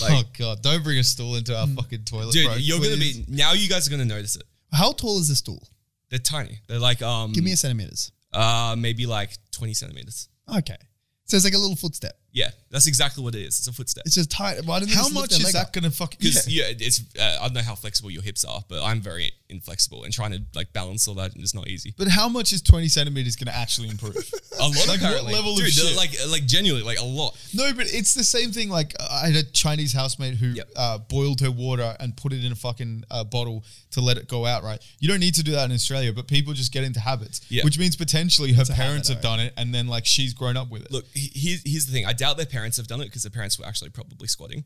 Like,
oh god, don't bring a stool into our fucking toilet,
dude,
bro.
you're
please.
gonna be now. You guys are gonna notice it.
How tall is the stool?
They're tiny. They're like um,
Give me a centimeters.
uh, maybe like twenty centimeters.
Okay. So it's like a little footstep.
Yeah, that's exactly what it is. It's a footstep.
It's just tight. Why didn't they
How
just lift
much
their
is
leg
that
up?
gonna fucking?
Because yeah. it's uh, I don't know how flexible your hips are, but I'm very inflexible, and trying to like balance all that is not easy.
But how much is twenty centimeters gonna actually improve?
A
Like,
lot
what
apparently,
level of
dude. they're
shit?
Like like genuinely, like a lot.
No, but it's the same thing. Like I had a Chinese housemate who
Yep.
uh, boiled her water and put it in a fucking uh, bottle to let it go out. Right? You don't need to do that in Australia, but people just get into habits,
Yeah.
which means potentially her parents have
habit,
done it, and then like she's grown up with it.
Look, he- here's, here's the thing. I doubt their parents have done it because their parents were actually probably squatting.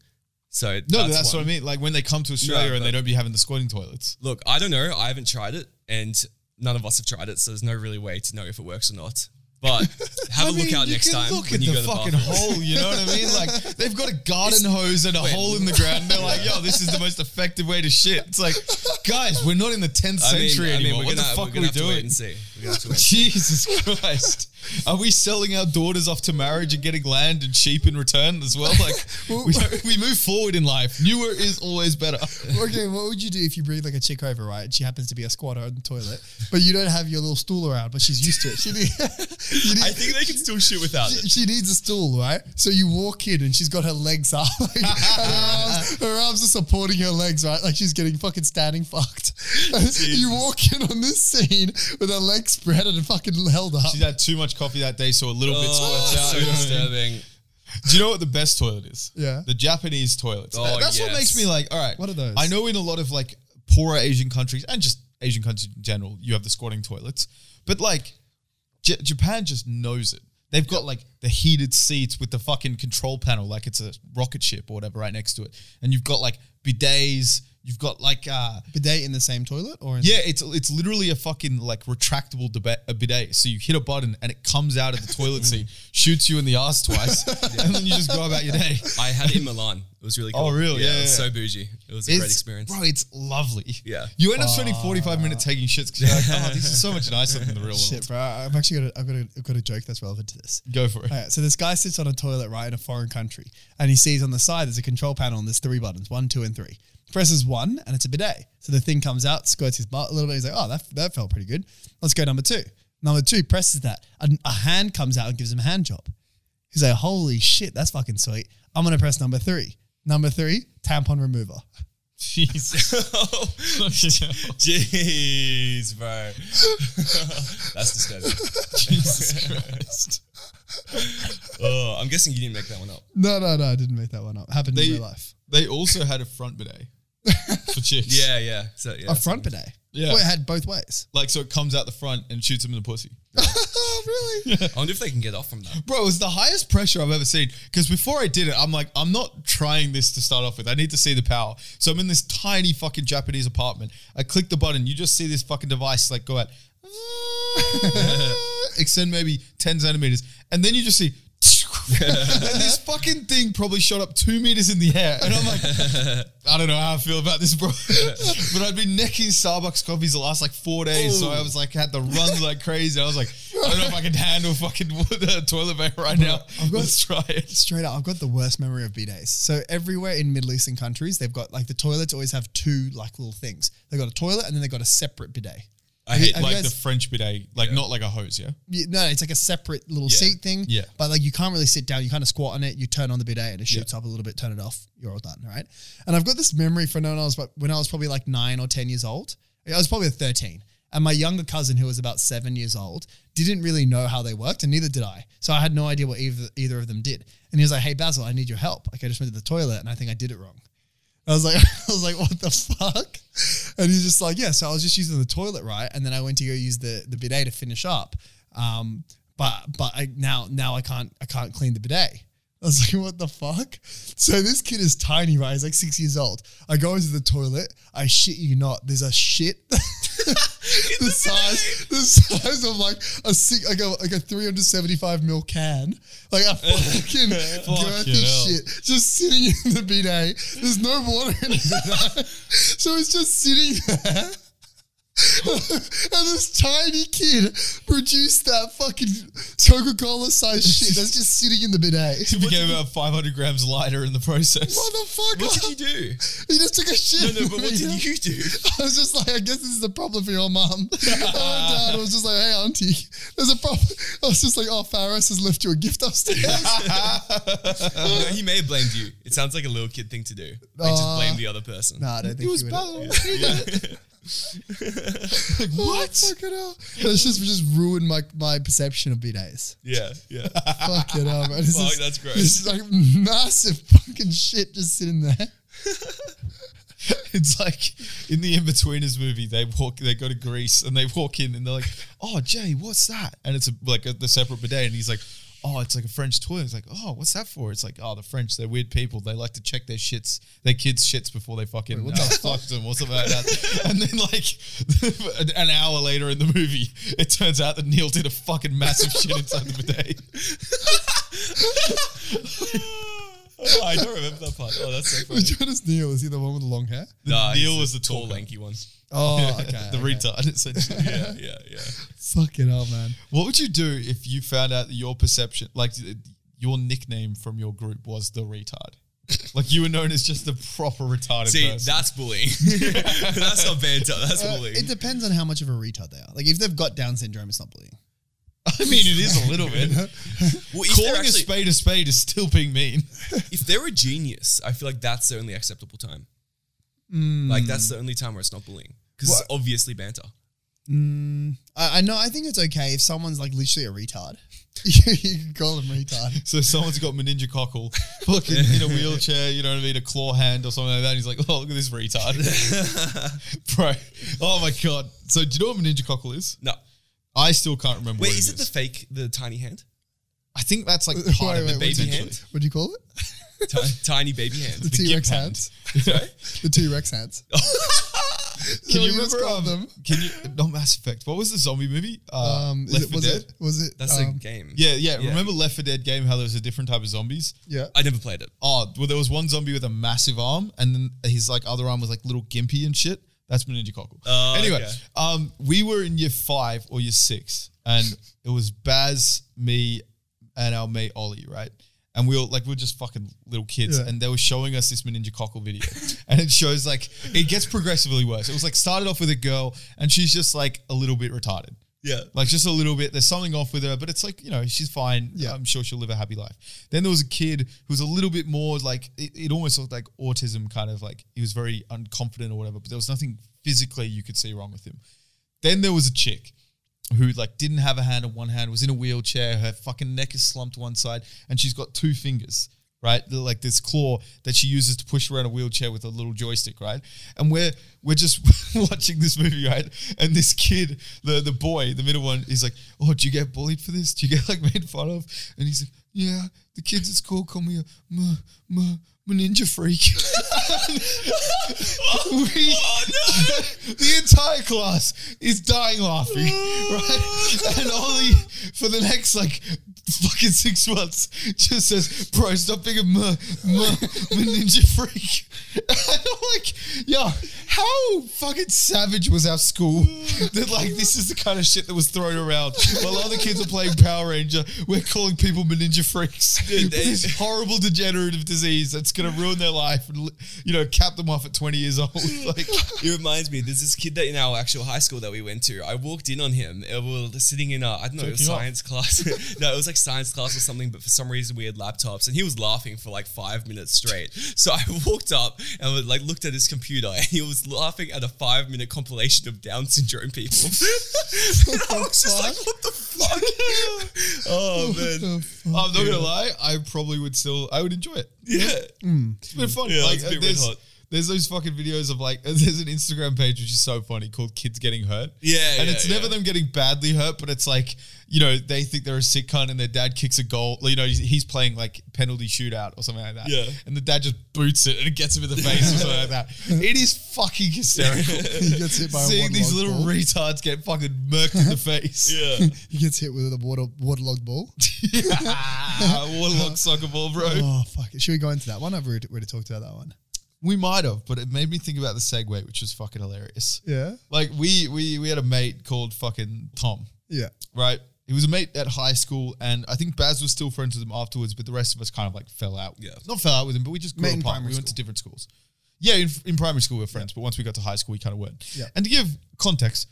So
no, that's, what
one.
I mean. Like when they come to Australia and
but-
they don't be having the squatting toilets.
Look, I don't know. I haven't tried it, and none of us have tried it, so there's no really way to know if it works or not. But have a
I mean,
look out
you
next
can
time
Look
when
at
you
the
go to the
fucking
bathroom.
hole. Oh, You know what I mean? Like they've got a garden hose and a hole in the ground. And they're like, "Yo, this is the most effective way to shit." It's like, guys, we're not in the 10th
I mean,
century
I mean,
anymore.
we're
what
gonna,
the
we're
fuck
gonna
are we
have to wait
doing?
and see. We're gonna have to wait.
Jesus Christ. Are we selling our daughters off to marriage and getting land and sheep in return as well? Like, we, don't- we move forward in life. Newer is always better.
Okay, what would you do if you bring like a chick over, right? And she happens to be a squatter on the toilet, but you don't have your little stool around, but she's used to it. She, need, you need-
I think they can still shoot without
she,
it.
she needs a stool, right? So you walk in and she's got her legs up. like, her, arms, her arms are supporting her legs, right? Like she's getting fucking standing fucked. you walk in on this scene with her legs spread and fucking held up.
She's had too much coffee that day, so a little bit
Oh,
squirts out.
so
you know what I mean?
disturbing.
Do you know what the best toilet is?
Yeah.
The Japanese toilets.
Oh,
That- That's what
yes.
makes me like, all right.
What are those?
I know in a lot of like poorer Asian countries and just Asian countries in general, you have the squatting toilets. But like J- Japan just knows it. They've got like the heated seats with the fucking control panel, like it's a rocket ship or whatever, right next to it. And you've got like bidets. You've got like uh,
Bidet in the same toilet or in
yeah, it's it's literally a fucking like retractable deba- a bidet. So you hit a button and it comes out of the toilet seat, shoots you in the ass twice, and then you just go about your day.
I had it in Milan. It was really cool.
Oh, really?
Yeah,
Yeah,
it was
yeah.
so bougie. It was a great experience.
bro. It's lovely.
Yeah. Uh,
you end up spending forty five minutes taking shits because you're like, oh, this is so much nicer than the real world.
Shit, bro. I've actually got a, I've got a, I've got a joke that's relevant to this.
Go for it.
All right, so this guy sits on a toilet, right, in a foreign country, and he sees on the side there's a control panel and there's three buttons one, two, and three. Presses one, and it's a bidet. So the thing comes out, squirts his butt a little bit. He's like, oh, that, that felt pretty good. Let's go number two. Number two presses that. A, a hand comes out and gives him a hand job. He's like, holy shit, that's fucking sweet. I'm going to press number three. Number three, tampon remover.
Jesus.
Jeez, bro. That's disgusting.
Jesus Christ.
Oh, I'm guessing you didn't make that one up.
No, no, no, I didn't make that one up. Happened
They-
in real life.
They also had a front bidet for chicks.
Yeah, yeah. So yeah.
A front bidet.
Yeah.
Well, it had both ways.
Like, so it comes out the front and shoots him in the pussy.
oh, really?
I wonder if they can get off from that.
Bro, it was the highest pressure I've ever seen. Because before I did it, I'm like, I'm not trying this to start off with. I need to see the power. So I'm in this tiny fucking Japanese apartment. I click the button. You just see this fucking device like go out, extend maybe 10 centimeters. And then you just see. and this fucking thing probably shot up two meters in the air. And I'm like, I don't know how I feel about this, bro. but I'd been necking Starbucks coffees the last like four days. So I was like, had the runs like crazy. I was like, I don't know if I can handle fucking the toilet paper right now.
I've got-
Let's try it.
straight up, I've got the worst memory of bidets. So everywhere in Middle Eastern countries, they've got like the toilets always have two like little things. They've got a toilet and then they've got a separate bidet.
I hate
Have you
Like
guys-
the French bidet, like not like a hose, yeah?
You- No, it's like a separate little
Yeah.
seat thing.
Yeah.
But like you can't really sit down. You kind of squat on it. You turn on the bidet and it shoots up a little bit. Turn it off. You're all done, right? And I've got this memory from when I was but when I was probably like nine or ten years old. I was probably thirteen. And my younger cousin, who was about seven years old, didn't really know how they worked, and neither did I. So I had no idea what either either of them did. And he was like, "Hey Basil, I need your help. Like I just went to the toilet, and I think I did it wrong." I was like, I was like, what the fuck? And he's just like, yeah. So I was just using the toilet, right? And then I went to go use the the bidet to finish up. Um, but but I, now now I can't I can't clean the bidet. I was like, what the fuck? So this kid is tiny, right? He's like six years old. I go into the toilet. I shit you not. There's a shit. the size, the size of like a six, like a like a 375 mil can, like a fucking girthy
Fucking hell.
shit, just sitting in the bidet. There's no water in it, eh? so it's just sitting there. and this tiny kid produced that fucking Coca-Cola sized shit that's just sitting in the eh? bidet.
It became about 500 grams lighter in the process.
What did
Motherfucker!
you do?
He just took a shit.
No, no, but what
in the
did
bidet.
you do?
I was just like, I guess this is a problem for your mom. I went down, I was just like, hey, auntie, there's a problem. I was just like, oh, Faris has left you a gift upstairs.
no, he may have blamed you. It sounds like a little kid thing to do. They just
Uh,
blame the other person.
nah, I don't think
It was
would-
bad.
Oh, fucking hell. That's just just ruined my, my perception of bidets.
Yeah, yeah.
Fucking hell, man. This
Fuck,
is-
that's gross.
This is like massive fucking shit just sitting there.
It's like in the Inbetweeners movie, they walk, they go to Greece and they walk in and they're like, "Oh, Jay, what's that?" And it's a, like a, the separate bidet, and he's like, "Oh, it's like a French toilet." It's like, "Oh, what's that for?" It's like, "Oh, the French, they're weird people. They like to check their shits, their kids' shits before they fucking uh, fuck them or something like that." and then like an- an hour later in the movie, it turns out that Neil did a fucking massive shit inside the bidet.
oh, I don't remember that part. Oh, that's so funny.
Which one is Neil? Is he the one with the long hair?
Nah,
Neil
he's
was the
tall,
talker.
lanky one.
Oh, okay.
the
okay.
retard essentially.
Yeah, yeah, yeah.
Fucking hell, man.
What would you do if you found out that your perception, like your nickname from your group, was the retard? like you were known as just the proper retarded
See,
person.
that's bullying. that's not banter. That's
Uh,
bullying.
it depends on how much of a retard they are. Like, if they've got Down syndrome, it's not bullying.
I mean, it is a little bit.
well, if
Calling
they're
a
actually,
spade a spade is still being mean.
if they're a genius, I feel like that's the only acceptable time.
Hmm.
Like that's the only time where it's not bullying because it's obviously banter.
I, I know. I think it's okay if someone's like literally a retard. you can call them retard.
So someone's got meningococcal, fucking in a wheelchair, you know what I mean, a claw hand or something like that. And he's like, oh, look at this retard. Bro, oh my God. So do you know what meningococcal is?
No,
I still can't remember
wait,
what
is
it
it the fake, the tiny hand?
I think that's like part
Wait,
of the
wait, what'd
baby
you-
hand.
What'd you call it?
Ti- tiny baby hands.
The T Rex
hand.
hands.
Sorry?
The T Rex hands.
Can you
What do just
remember
call
um, them? Can you not Mass Effect? What was the zombie movie? Uh,
Um,
Left
it,
4
was
Dead.
it? Was it?
That's
um,
a game.
Yeah, yeah,
Yeah.
Remember Left 4 Dead game? How there was a different type of zombies.
yeah.
I never played it.
Oh, well, there was one zombie with a massive arm, and then his like other arm was like little gimpy and shit. That's meningococcal.
Oh,
anyway,
okay.
um, we were in year five or year six, and it was Baz, me, and our mate Ollie, right? And we were like, we were just fucking little kids,
Yeah.
and they were showing us this meningococcal video, and it shows like it gets progressively worse. It was like started off with a girl, and she's just like a little bit retarded.
Yeah.
Like just a little bit. There's something off with her, but it's like, you know, she's fine.
Yeah.
I'm sure she'll live a happy life. Then there was a kid who was a little bit more like, it, it almost looked like autism kind of like, he was very unconfident or whatever, but there was nothing physically you could see wrong with him. Then there was a chick who like didn't have a hand on one hand, was in a wheelchair, her fucking neck is slumped one side, and she's got two fingers, right? They're Like this claw that she uses to push around a wheelchair with a little joystick, right? And we're we're just watching this movie, right? And this kid, the the boy, the middle one, is like, Oh, do you get bullied for this? Do you get like made fun of? And he's like, Yeah, the kids at school call me a m- m- ninja freak. we, the entire class is dying laughing, right? And Ollie, for the next like fucking six months, just says, "Bro, stop being a m- m- ninja freak." And I'm like, yo, how fucking savage was our school that like this is the kind of shit that was thrown around while other kids are playing Power Ranger. We're calling people ninja freaks.
Dude, they-
this horrible degenerative disease that's gonna ruin their life and you know cap them off at 20 years old. Like.
It reminds me, there's this kid that in our actual high school that we went to. I walked in on him. and We were sitting in a, I don't know, it was
Jerking off.
science class. no, it was like science class or something, but for some reason we had laptops and he was laughing for like five minutes straight. So I walked up and was, like looked at his computer and he was laughing at a five minute compilation of Down syndrome people. and I was just like, what the fuck? oh, man.
I'm not gonna lie, I probably would still I would enjoy it.
Yeah.
It's been fun.
Yeah,
like
it's a bit
there's,
red hot.
there's those fucking videos of like there's an Instagram page which is so funny called Kids Getting Hurt.
Yeah,
And
yeah,
it's never
yeah.
them getting badly hurt, but it's like, you know, they think they're a sick cunt and their dad kicks a goal. You know, he's, he's playing like penalty shootout or something like that.
Yeah.
And the dad just boots it and it gets him in the face or something like that. It is fucking hysterical.
He gets hit by a
Seeing these
waterlogged
little
ball.
retards get fucking murked in the face.
Yeah.
he gets hit with a water waterlogged ball.
Ah, Warlock soccer ball, bro.
oh fuck! Should we go into that one? I've already, already talked about that one.
We might have, but it made me think about the segue, which was fucking hilarious.
Yeah,
Like we we we had a mate called fucking Tom,
yeah,
right? He was a mate at high school, and I think Baz was still friends with him afterwards. But the rest of us kind of like fell out.
Yeah.
not fell out with him, but we just grew
Mate in
apart. We
primary
went to
school.
different schools. Yeah, in, in primary school we were friends, but once we got to high school, we kind of weren't.
Yeah.
And to give context,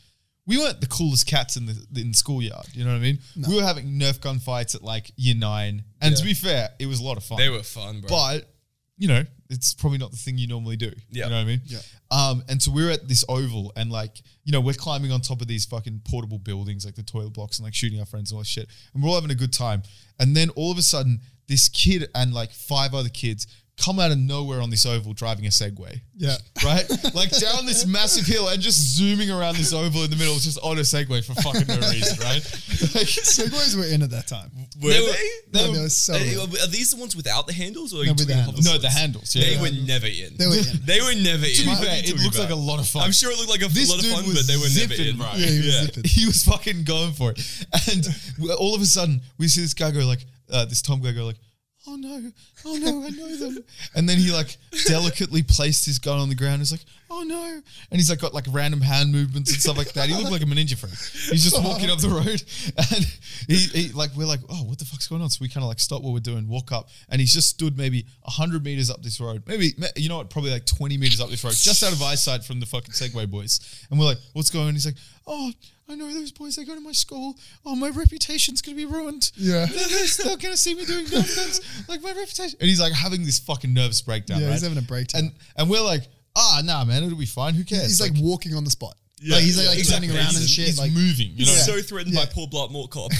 we weren't the coolest cats in the in the schoolyard. You know what I mean? We were having Nerf gun fights at like year nine, and to be fair, it was a lot of fun
They were fun, bro.
but you know, it's probably not the thing you normally do.
Yeah.
You know what I mean?
Yeah.
Um, and so we're at this oval and like, you know, we're climbing on top of these fucking portable buildings, like the toilet blocks and like shooting our friends and all that shit. And we're all having a good time. And then all of a sudden, this kid and like five other kids come out of nowhere on this oval driving a Segway.
yeah.
Right? like down this massive hill and just zooming around this oval in the middle, just on a Segway for fucking no reason, right? Like,
Segways were in at that time.
were they?
were- they
No,
were-
they were so.
Are-
in.
are these the ones without the handles or
No, with
including
the handles.
no, the handles. Yeah.
They were never in.
They were in.
They were never in.
to be fair, it looked like a lot of fun.
I'm sure it looked like a
This
lot of
dude
fun,
was
but they were never
zipping,
in.
bro.
Yeah, he was zipping.
he was fucking going for it. And we- all of a sudden, we see this guy go like, uh, this Tom guy go like, oh no, oh no, I know them. And then he like delicately placed his gun on the ground. He's like, oh no. And he's like got like random hand movements and stuff like that. He looked like a ninja friend. He's just walking up the road and he, he like, we're like, oh, what the fuck's going on? So we kind of like stop what we're doing, walk up and he's just stood maybe 100 meters up this road. Maybe, you know what, probably like 20 meters up this road, just out of eyesight from the fucking Segway boys. And we're like, what's going on? He's like, oh, I know those boys, they go to my school. Oh, my reputation's going to be ruined
Yeah.
they're gonna see me doing dumb things, like my reputation. And he's like having this fucking nervous breakdown.
Yeah,
right?
he's having a breakdown.
And and we're like, ah, nah, man, it'll be fine. Who cares?
he's like, walking on the spot.
Yeah,
like he's like,
yeah,
like
exactly.
turning around and
He's-
shit.
he's
like
moving. You know,
Yeah.
So threatened by
Yeah.
Paul Blart Mort Cop.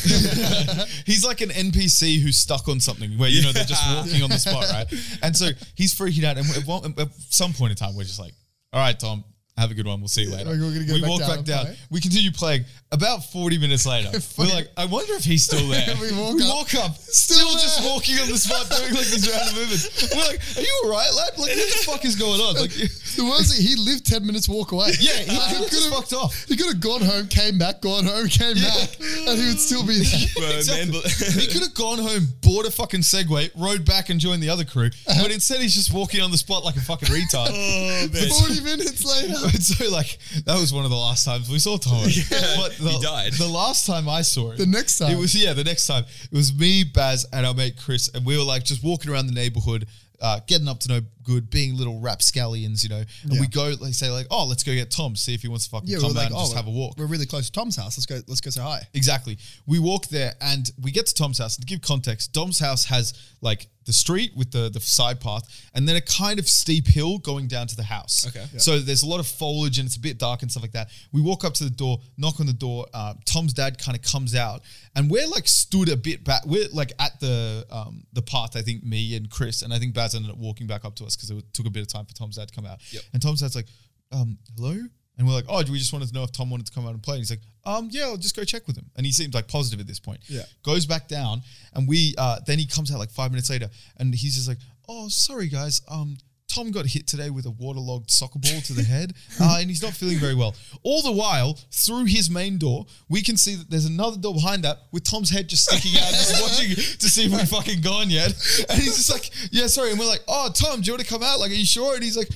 he's like an NPC who's stuck on something where you know they're just
Yeah.
walking on the spot, right? And so he's freaking out. And at, one, at some point in time, we're just like, all right, Tom. Have a good one. We'll see you later.
we're gonna go
we
back
walk
down
back
and
down.
play.
We continue playing. About 40 minutes later, we're like, I wonder if he's still there.
We walk up.
up, still just walking on the spot doing like these random movements. We're like, are you all right, lad? Like, what the fuck is going on? Like,
The worst thing, he lived 10 minutes walk away.
yeah, he
Like, he
could've just
could have
fucked off.
he could have gone home, came back, gone home, came
Yeah.
back, and he would still be there.
Bro, man,
Exactly.
but-
he could have gone home, bought a fucking Segway, rode back and joined the other crew, but instead he's just walking on the spot like a fucking retard.
oh, man.
40 minutes later.
And so, like, that was one of the last times we saw Tomo. but the,
he died.
The last time I saw him.
The next time.
It was, yeah, the next time. It was me, Baz, and our mate Chris, and we were, like, just walking around the neighborhood, uh, getting up to no good, being little rapscallions, you know. And we go, like, say, like, oh, let's go get Tom, see if he wants to fucking
Yeah, we
come
were
out
like,
and
oh,
just have a walk.
We're really close to Tom's house. Let's go, let's go say hi.
Exactly. We walk there and we get to Tom's house. And to give context, Dom's house has like the street with the, the side path and then a kind of steep hill going down to the house.
Okay. Yeah.
So there's a lot of foliage and it's a bit dark and stuff like that. We walk up to the door, knock on the door. Uh, Tom's dad kind of comes out and we're like stood a bit back. We're like at the um, the path, I think me and Chris and I think Baz ended up walking back up to us because it took a bit of time for Tom's dad to come out.
Yep.
And Tom's dad's like, um, hello? And we're like, oh, we just wanted to know if Tom wanted to come out and play. And he's like, um, yeah, I'll just go check with him. And he seems like positive at this point.
Yeah.
Goes back down, and we uh, then he comes out like five minutes later, and he's just like, oh, sorry guys, um, Tom got hit today with a waterlogged soccer ball to the head, uh, and he's not feeling very well. All the while, through his main door, we can see that there's another door behind that with Tom's head just sticking out, just watching to see if we've fucking gone yet. And he's just like, yeah, sorry. And we're like, oh, Tom, do you want to come out? Like, are you sure? And he's like.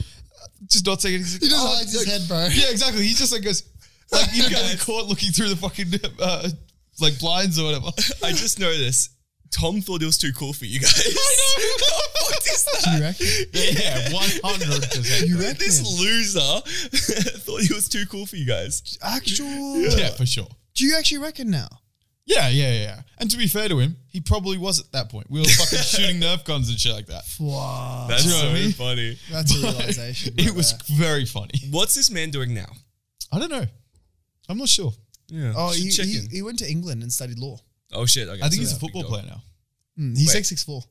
Just not saying anything. Oh,
He just hides his head, bro.
Yeah, exactly. He just like goes, like you know, caught looking through the fucking uh, like blinds or whatever.
I just noticed Tom thought it was too cool for you guys. What is that?
You reckon?
Yeah, one hundred percent.
You reckon?
This loser thought he was too cool for you guys.
Actual.
Yeah, for sure.
Do you actually reckon now?
Yeah, yeah, yeah. And to be fair to him, he probably was at that point. We were fucking shooting Nerf guns and shit like that.
Wow.
That's
you know
so
what I mean?
funny.
That's a realization.
It
right
was
there.
very funny.
What's this man doing now?
I don't know. I'm not sure.
Yeah.
Oh, he,
check
he,
in.
he went to England and studied law.
oh shit. Okay,
I think
so
he's a
that's big
football
dog.
player now.
Mm, he's
Wait.
six six four.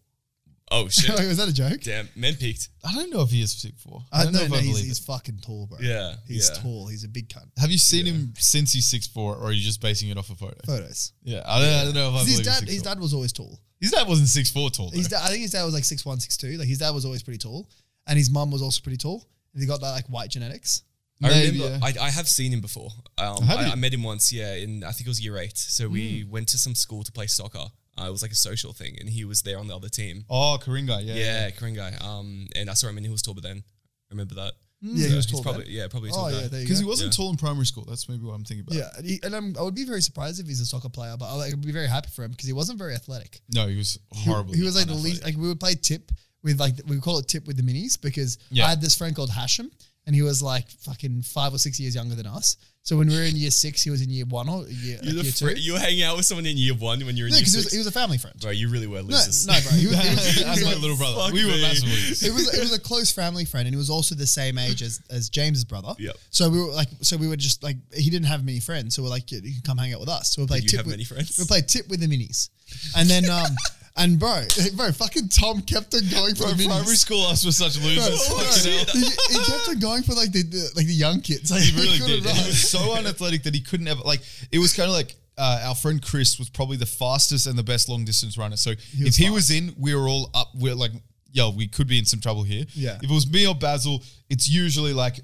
Oh shit.
Was that a joke?
Damn, men peaked.
I don't know if he is six four. I
Uh,
don't
no,
know if
no,
I
he's,
believe
he's
it.
fucking tall, bro.
Yeah,
he's
yeah.
tall. He's a big cunt.
Have you seen him since he's six four, or are you just basing it off a photo?
Photos.
Yeah, I don't, I don't know if I believe
His
he's
dad,
6'4".
his dad was always tall.
His dad wasn't six four tall. Though.
His dad, I think his dad was like six one, six two. Like his dad was always pretty tall, and his mum was also pretty tall. And he got that like white genetics.
I
Maybe,
remember. I, I have seen him before. Um,
Have you?
I, I met him once. Yeah, in I think it was year eight. So we went to some school to play soccer. Uh, it was like a social thing, and he was there on the other team.
Oh, Karinga, yeah.
Yeah, Korean guy. Um, and I saw him, and he was taller then. Remember that?
Yeah, Hmm. he was
he's
tall
Probably,
then.
yeah, probably
Oh
taller.
yeah,
then.
there you
Because
go.
he wasn't
Yeah.
tall in primary school. That's maybe what I'm thinking about.
yeah, and, he, and I'm, I would be very surprised if he's a soccer player, but I like, would be very happy for him because he wasn't very athletic.
No, he was
He-
horrible.
He was like the least. Like we would play tip with like we would call it tip with the minis because
Yeah.
I had this friend called Hashim and he was like fucking five or six years younger than us. So when we were in year six, he was in year one or year, like,
You're, the
year two.
fr- you're hanging out with someone in year one when you're in
no,
year
because he
six.
was, he was a family friend.
bro, you really were
No,
losers.
no, bro. He was, he was,
That's my little brother.
Fuck
we were
me.
massive leagues.
it was it was a close family friend, and he was also the same age as as James's brother.
Yep.
So we were like, so we were just like, he didn't have many friends, so we're like, you can come hang out with us. So we played
you
tip
have
with
many friends?
We played tip with the minis, and then um and bro, bro, fucking Tom kept on going for
Bro,
the minis.
primary school us were such
Bro,
losers.
bro,
Fucking hell.
he, he kept on going for like the, the like the young kids. Like,
He really
couldn't
did. And
run.
He was so unathletic that he couldn't ever like. It was kind of like uh, our friend Chris was probably the fastest and the best long distance runner. So if
was
he was in, we were all up. We're like, yo, we could be in some trouble here.
Yeah.
If it was me or Basil, it's usually like.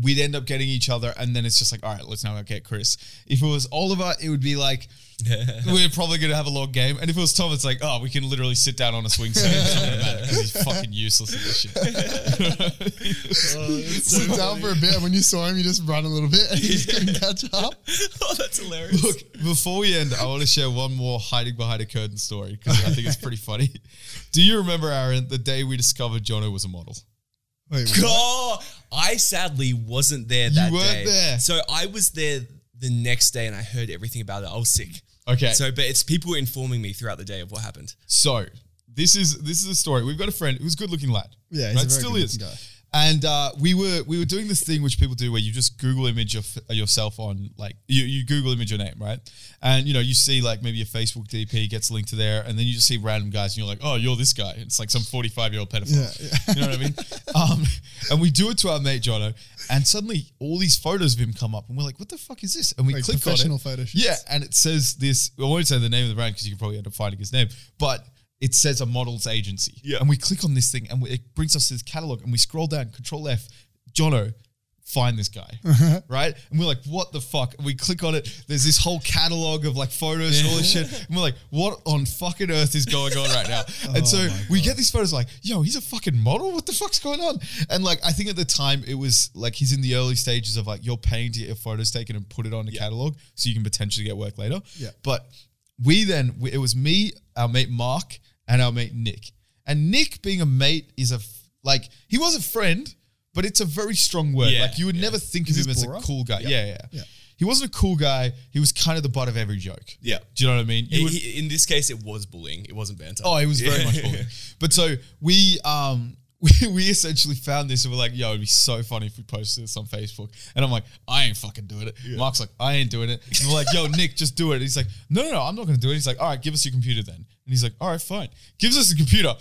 We'd end up getting each other, and then it's just like, all right, let's now get Chris. If it was Oliver, it would be like, we're probably going to have a long game. And if it was Tom, it's like, oh, we can literally sit down on a swing set. It's not going to matter because he's fucking useless at this shit. Oh,
sit down for a bit, and when you saw him, you just run a little bit, and he just couldn't catch up.
oh, that's hilarious.
Look, before we end, I want to share one more hiding behind a curtain story because I think it's pretty funny. Do you remember, Aaron, the day we discovered Jono was a model?
Wait,
God, Oh, I sadly wasn't there that
weren't
day.
there.
So I was there the next day, and I heard everything about it. I was sick.
Okay, so,
So, but it's people informing me throughout the day of what happened.
this is this is a story. We've got a friend who's a good-looking lad.
Yeah, he's a very
still is.
good-looking guy.
And uh, we were we were doing this thing which people do where you just Google image your, yourself on like you, you Google image your name right, and you know you see like maybe your Facebook DP gets linked to there, and then you just see random guys and you're like, oh, you're this guy. It's like some 45 year old pedophile.
Yeah, yeah.
You know what I mean? Um, and we do it to our mate Jono, And suddenly all these photos of him come up, and we're like, what the fuck is this? And we
Like
click
professional
on it.
photo shoots.
Yeah, and it says this. I won't say the name of the brand because you can probably end up finding his name, but it says a model's agency.
Yeah.
And we click on this thing, and we, it brings us to this catalog, and we scroll down, Control F, Jono. Find this guy, right? And we're like, "What the fuck?" And we click on it. There's this whole catalog of like photos and all this shit, and we're like, "What on fucking earth is going on right now?" And
Oh
so we get these photos, like, "Yo, he's a fucking model. What the fuck's going on?" And like, I think at the time it was like he's in the early stages of like you're paying to get your photos taken and put it on a catalog so you can potentially get work later.
Yeah.
But we then we, it was me, our mate Mark, and our mate Nick. And Nick being a mate is a f- like he was a friend, but it's a very strong word.
Yeah,
like you would
yeah.
never think of
Is
him
this
as a
Bora?
cool guy. Yeah, yeah,
Yeah.
He wasn't a cool guy. He was kind of the butt of every joke.
Yeah.
Do you know what I mean? You would-
He- in this case, it was bullying. It wasn't banter.
Oh, it was very
Yeah.
much bullying. But so we um we, we essentially found this and we're like, yo, it'd be so funny if we posted this on Facebook. And I'm like, I ain't fucking doing it. Mark's like, I ain't doing it. And we're like, yo, Nick, just do it. And he's like, no, no, no, I'm not gonna do it. He's like, all right, give us your computer then. And he's like, all right, fine. Gives us the computer.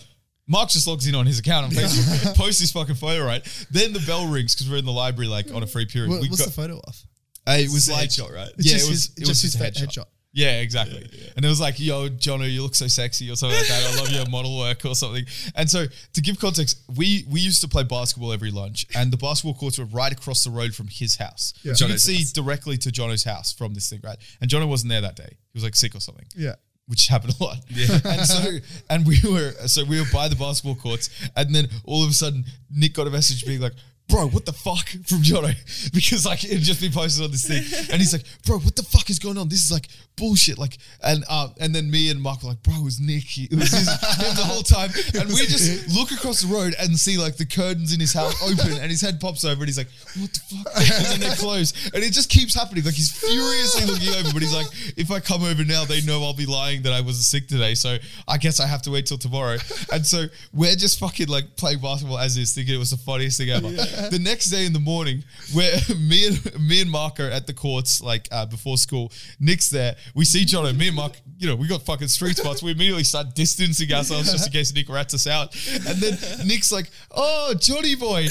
Mark just logs in on his account on Facebook, posts his fucking photo, right? Then the bell rings because we're in the library, like on a free period.
What,
We
what's
got-
the photo of?
uh, it
It's
was
a
like
headshot, right?
Yeah,
Just
it was
his-
it was
just
his
his
headshot.
headshot.
Yeah, exactly. And it was like, "Yo, Jono, you look so sexy" or something like that. I love your model work or something. And so, to give context, we we used to play basketball every lunch, and the basketball courts were right across the road from his house.
Yeah.
So you could
Jono's
see
house.
directly to Jono's house from this thing, right? And Jono wasn't there that day. He was like sick or something
Yeah.
which happened a lot. And so, and we were, so we were by the basketball courts, and then all of a sudden, Nick got a message being like, "Bro, what the fuck?" from Jono, because like it had just been posted on this thing, and he's like, "Bro, what the fuck is going on? This is like bullshit." Like, and uh, and then me and Mark were like, "Bro, it was Nick. He- It was his, him the whole time." And we just look across the road and see like the curtains in his house open, and his head pops over, and he's like, "What the fuck?" And then they close, and it just keeps happening. Like he's furiously looking over, but he's like, "If I come over now, they know I'll be lying that I wasn't sick today, so I guess I have to wait till tomorrow." And so we're just fucking like playing basketball as is, thinking it was the funniest thing ever. The next day in the morning, where me and me and Mark are at the courts like uh, before school, Nick's there. We see Jono, me and Mark. You know, we got fucking street spots. We immediately start distancing ourselves just in case Nick rats us out. And then Nick's like, "Oh, Johnny boy!"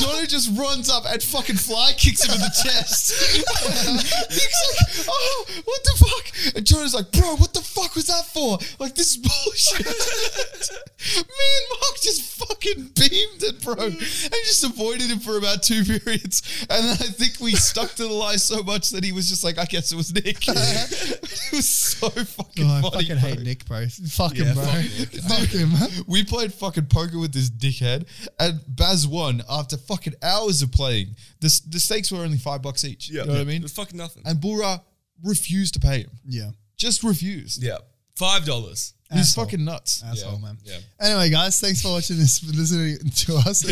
Jono just runs up and fucking fly kicks him in the chest. Nick's like, "Oh, what the fuck?" And Jono's like, "Bro, what the fuck was that for? Like, this is bullshit." Me and Mark just fucking beamed it,
Mm.
bro. And just avoided him for about two periods. And then I think we stuck to the lie so much that he was just like, I guess it was Nick. it was so fucking
Oh, Uh-huh. I
funny.
fucking
bro.
hate Nick, bro. Fuck
Yeah,
him, bro.
fuck
Fuck him.
We played fucking poker with this dickhead, and Baz won after fucking hours of playing. The, s- the stakes were only five bucks each. You know what I mean?
It was fucking nothing.
And Bura refused to pay him.
Yeah.
Just refused.
yeah, five dollars.
He's
Asshole.
fucking nuts.
Asshole,
Yeah.
man.
Yeah.
Anyway, guys, thanks for watching this, for listening to us.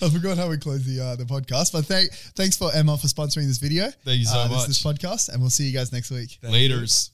I forgot how we close the uh, the podcast, but thank thanks for Emma for sponsoring this video.
Thank you so
uh, This,
much.
this podcast, and we'll see you guys next week.
Laters.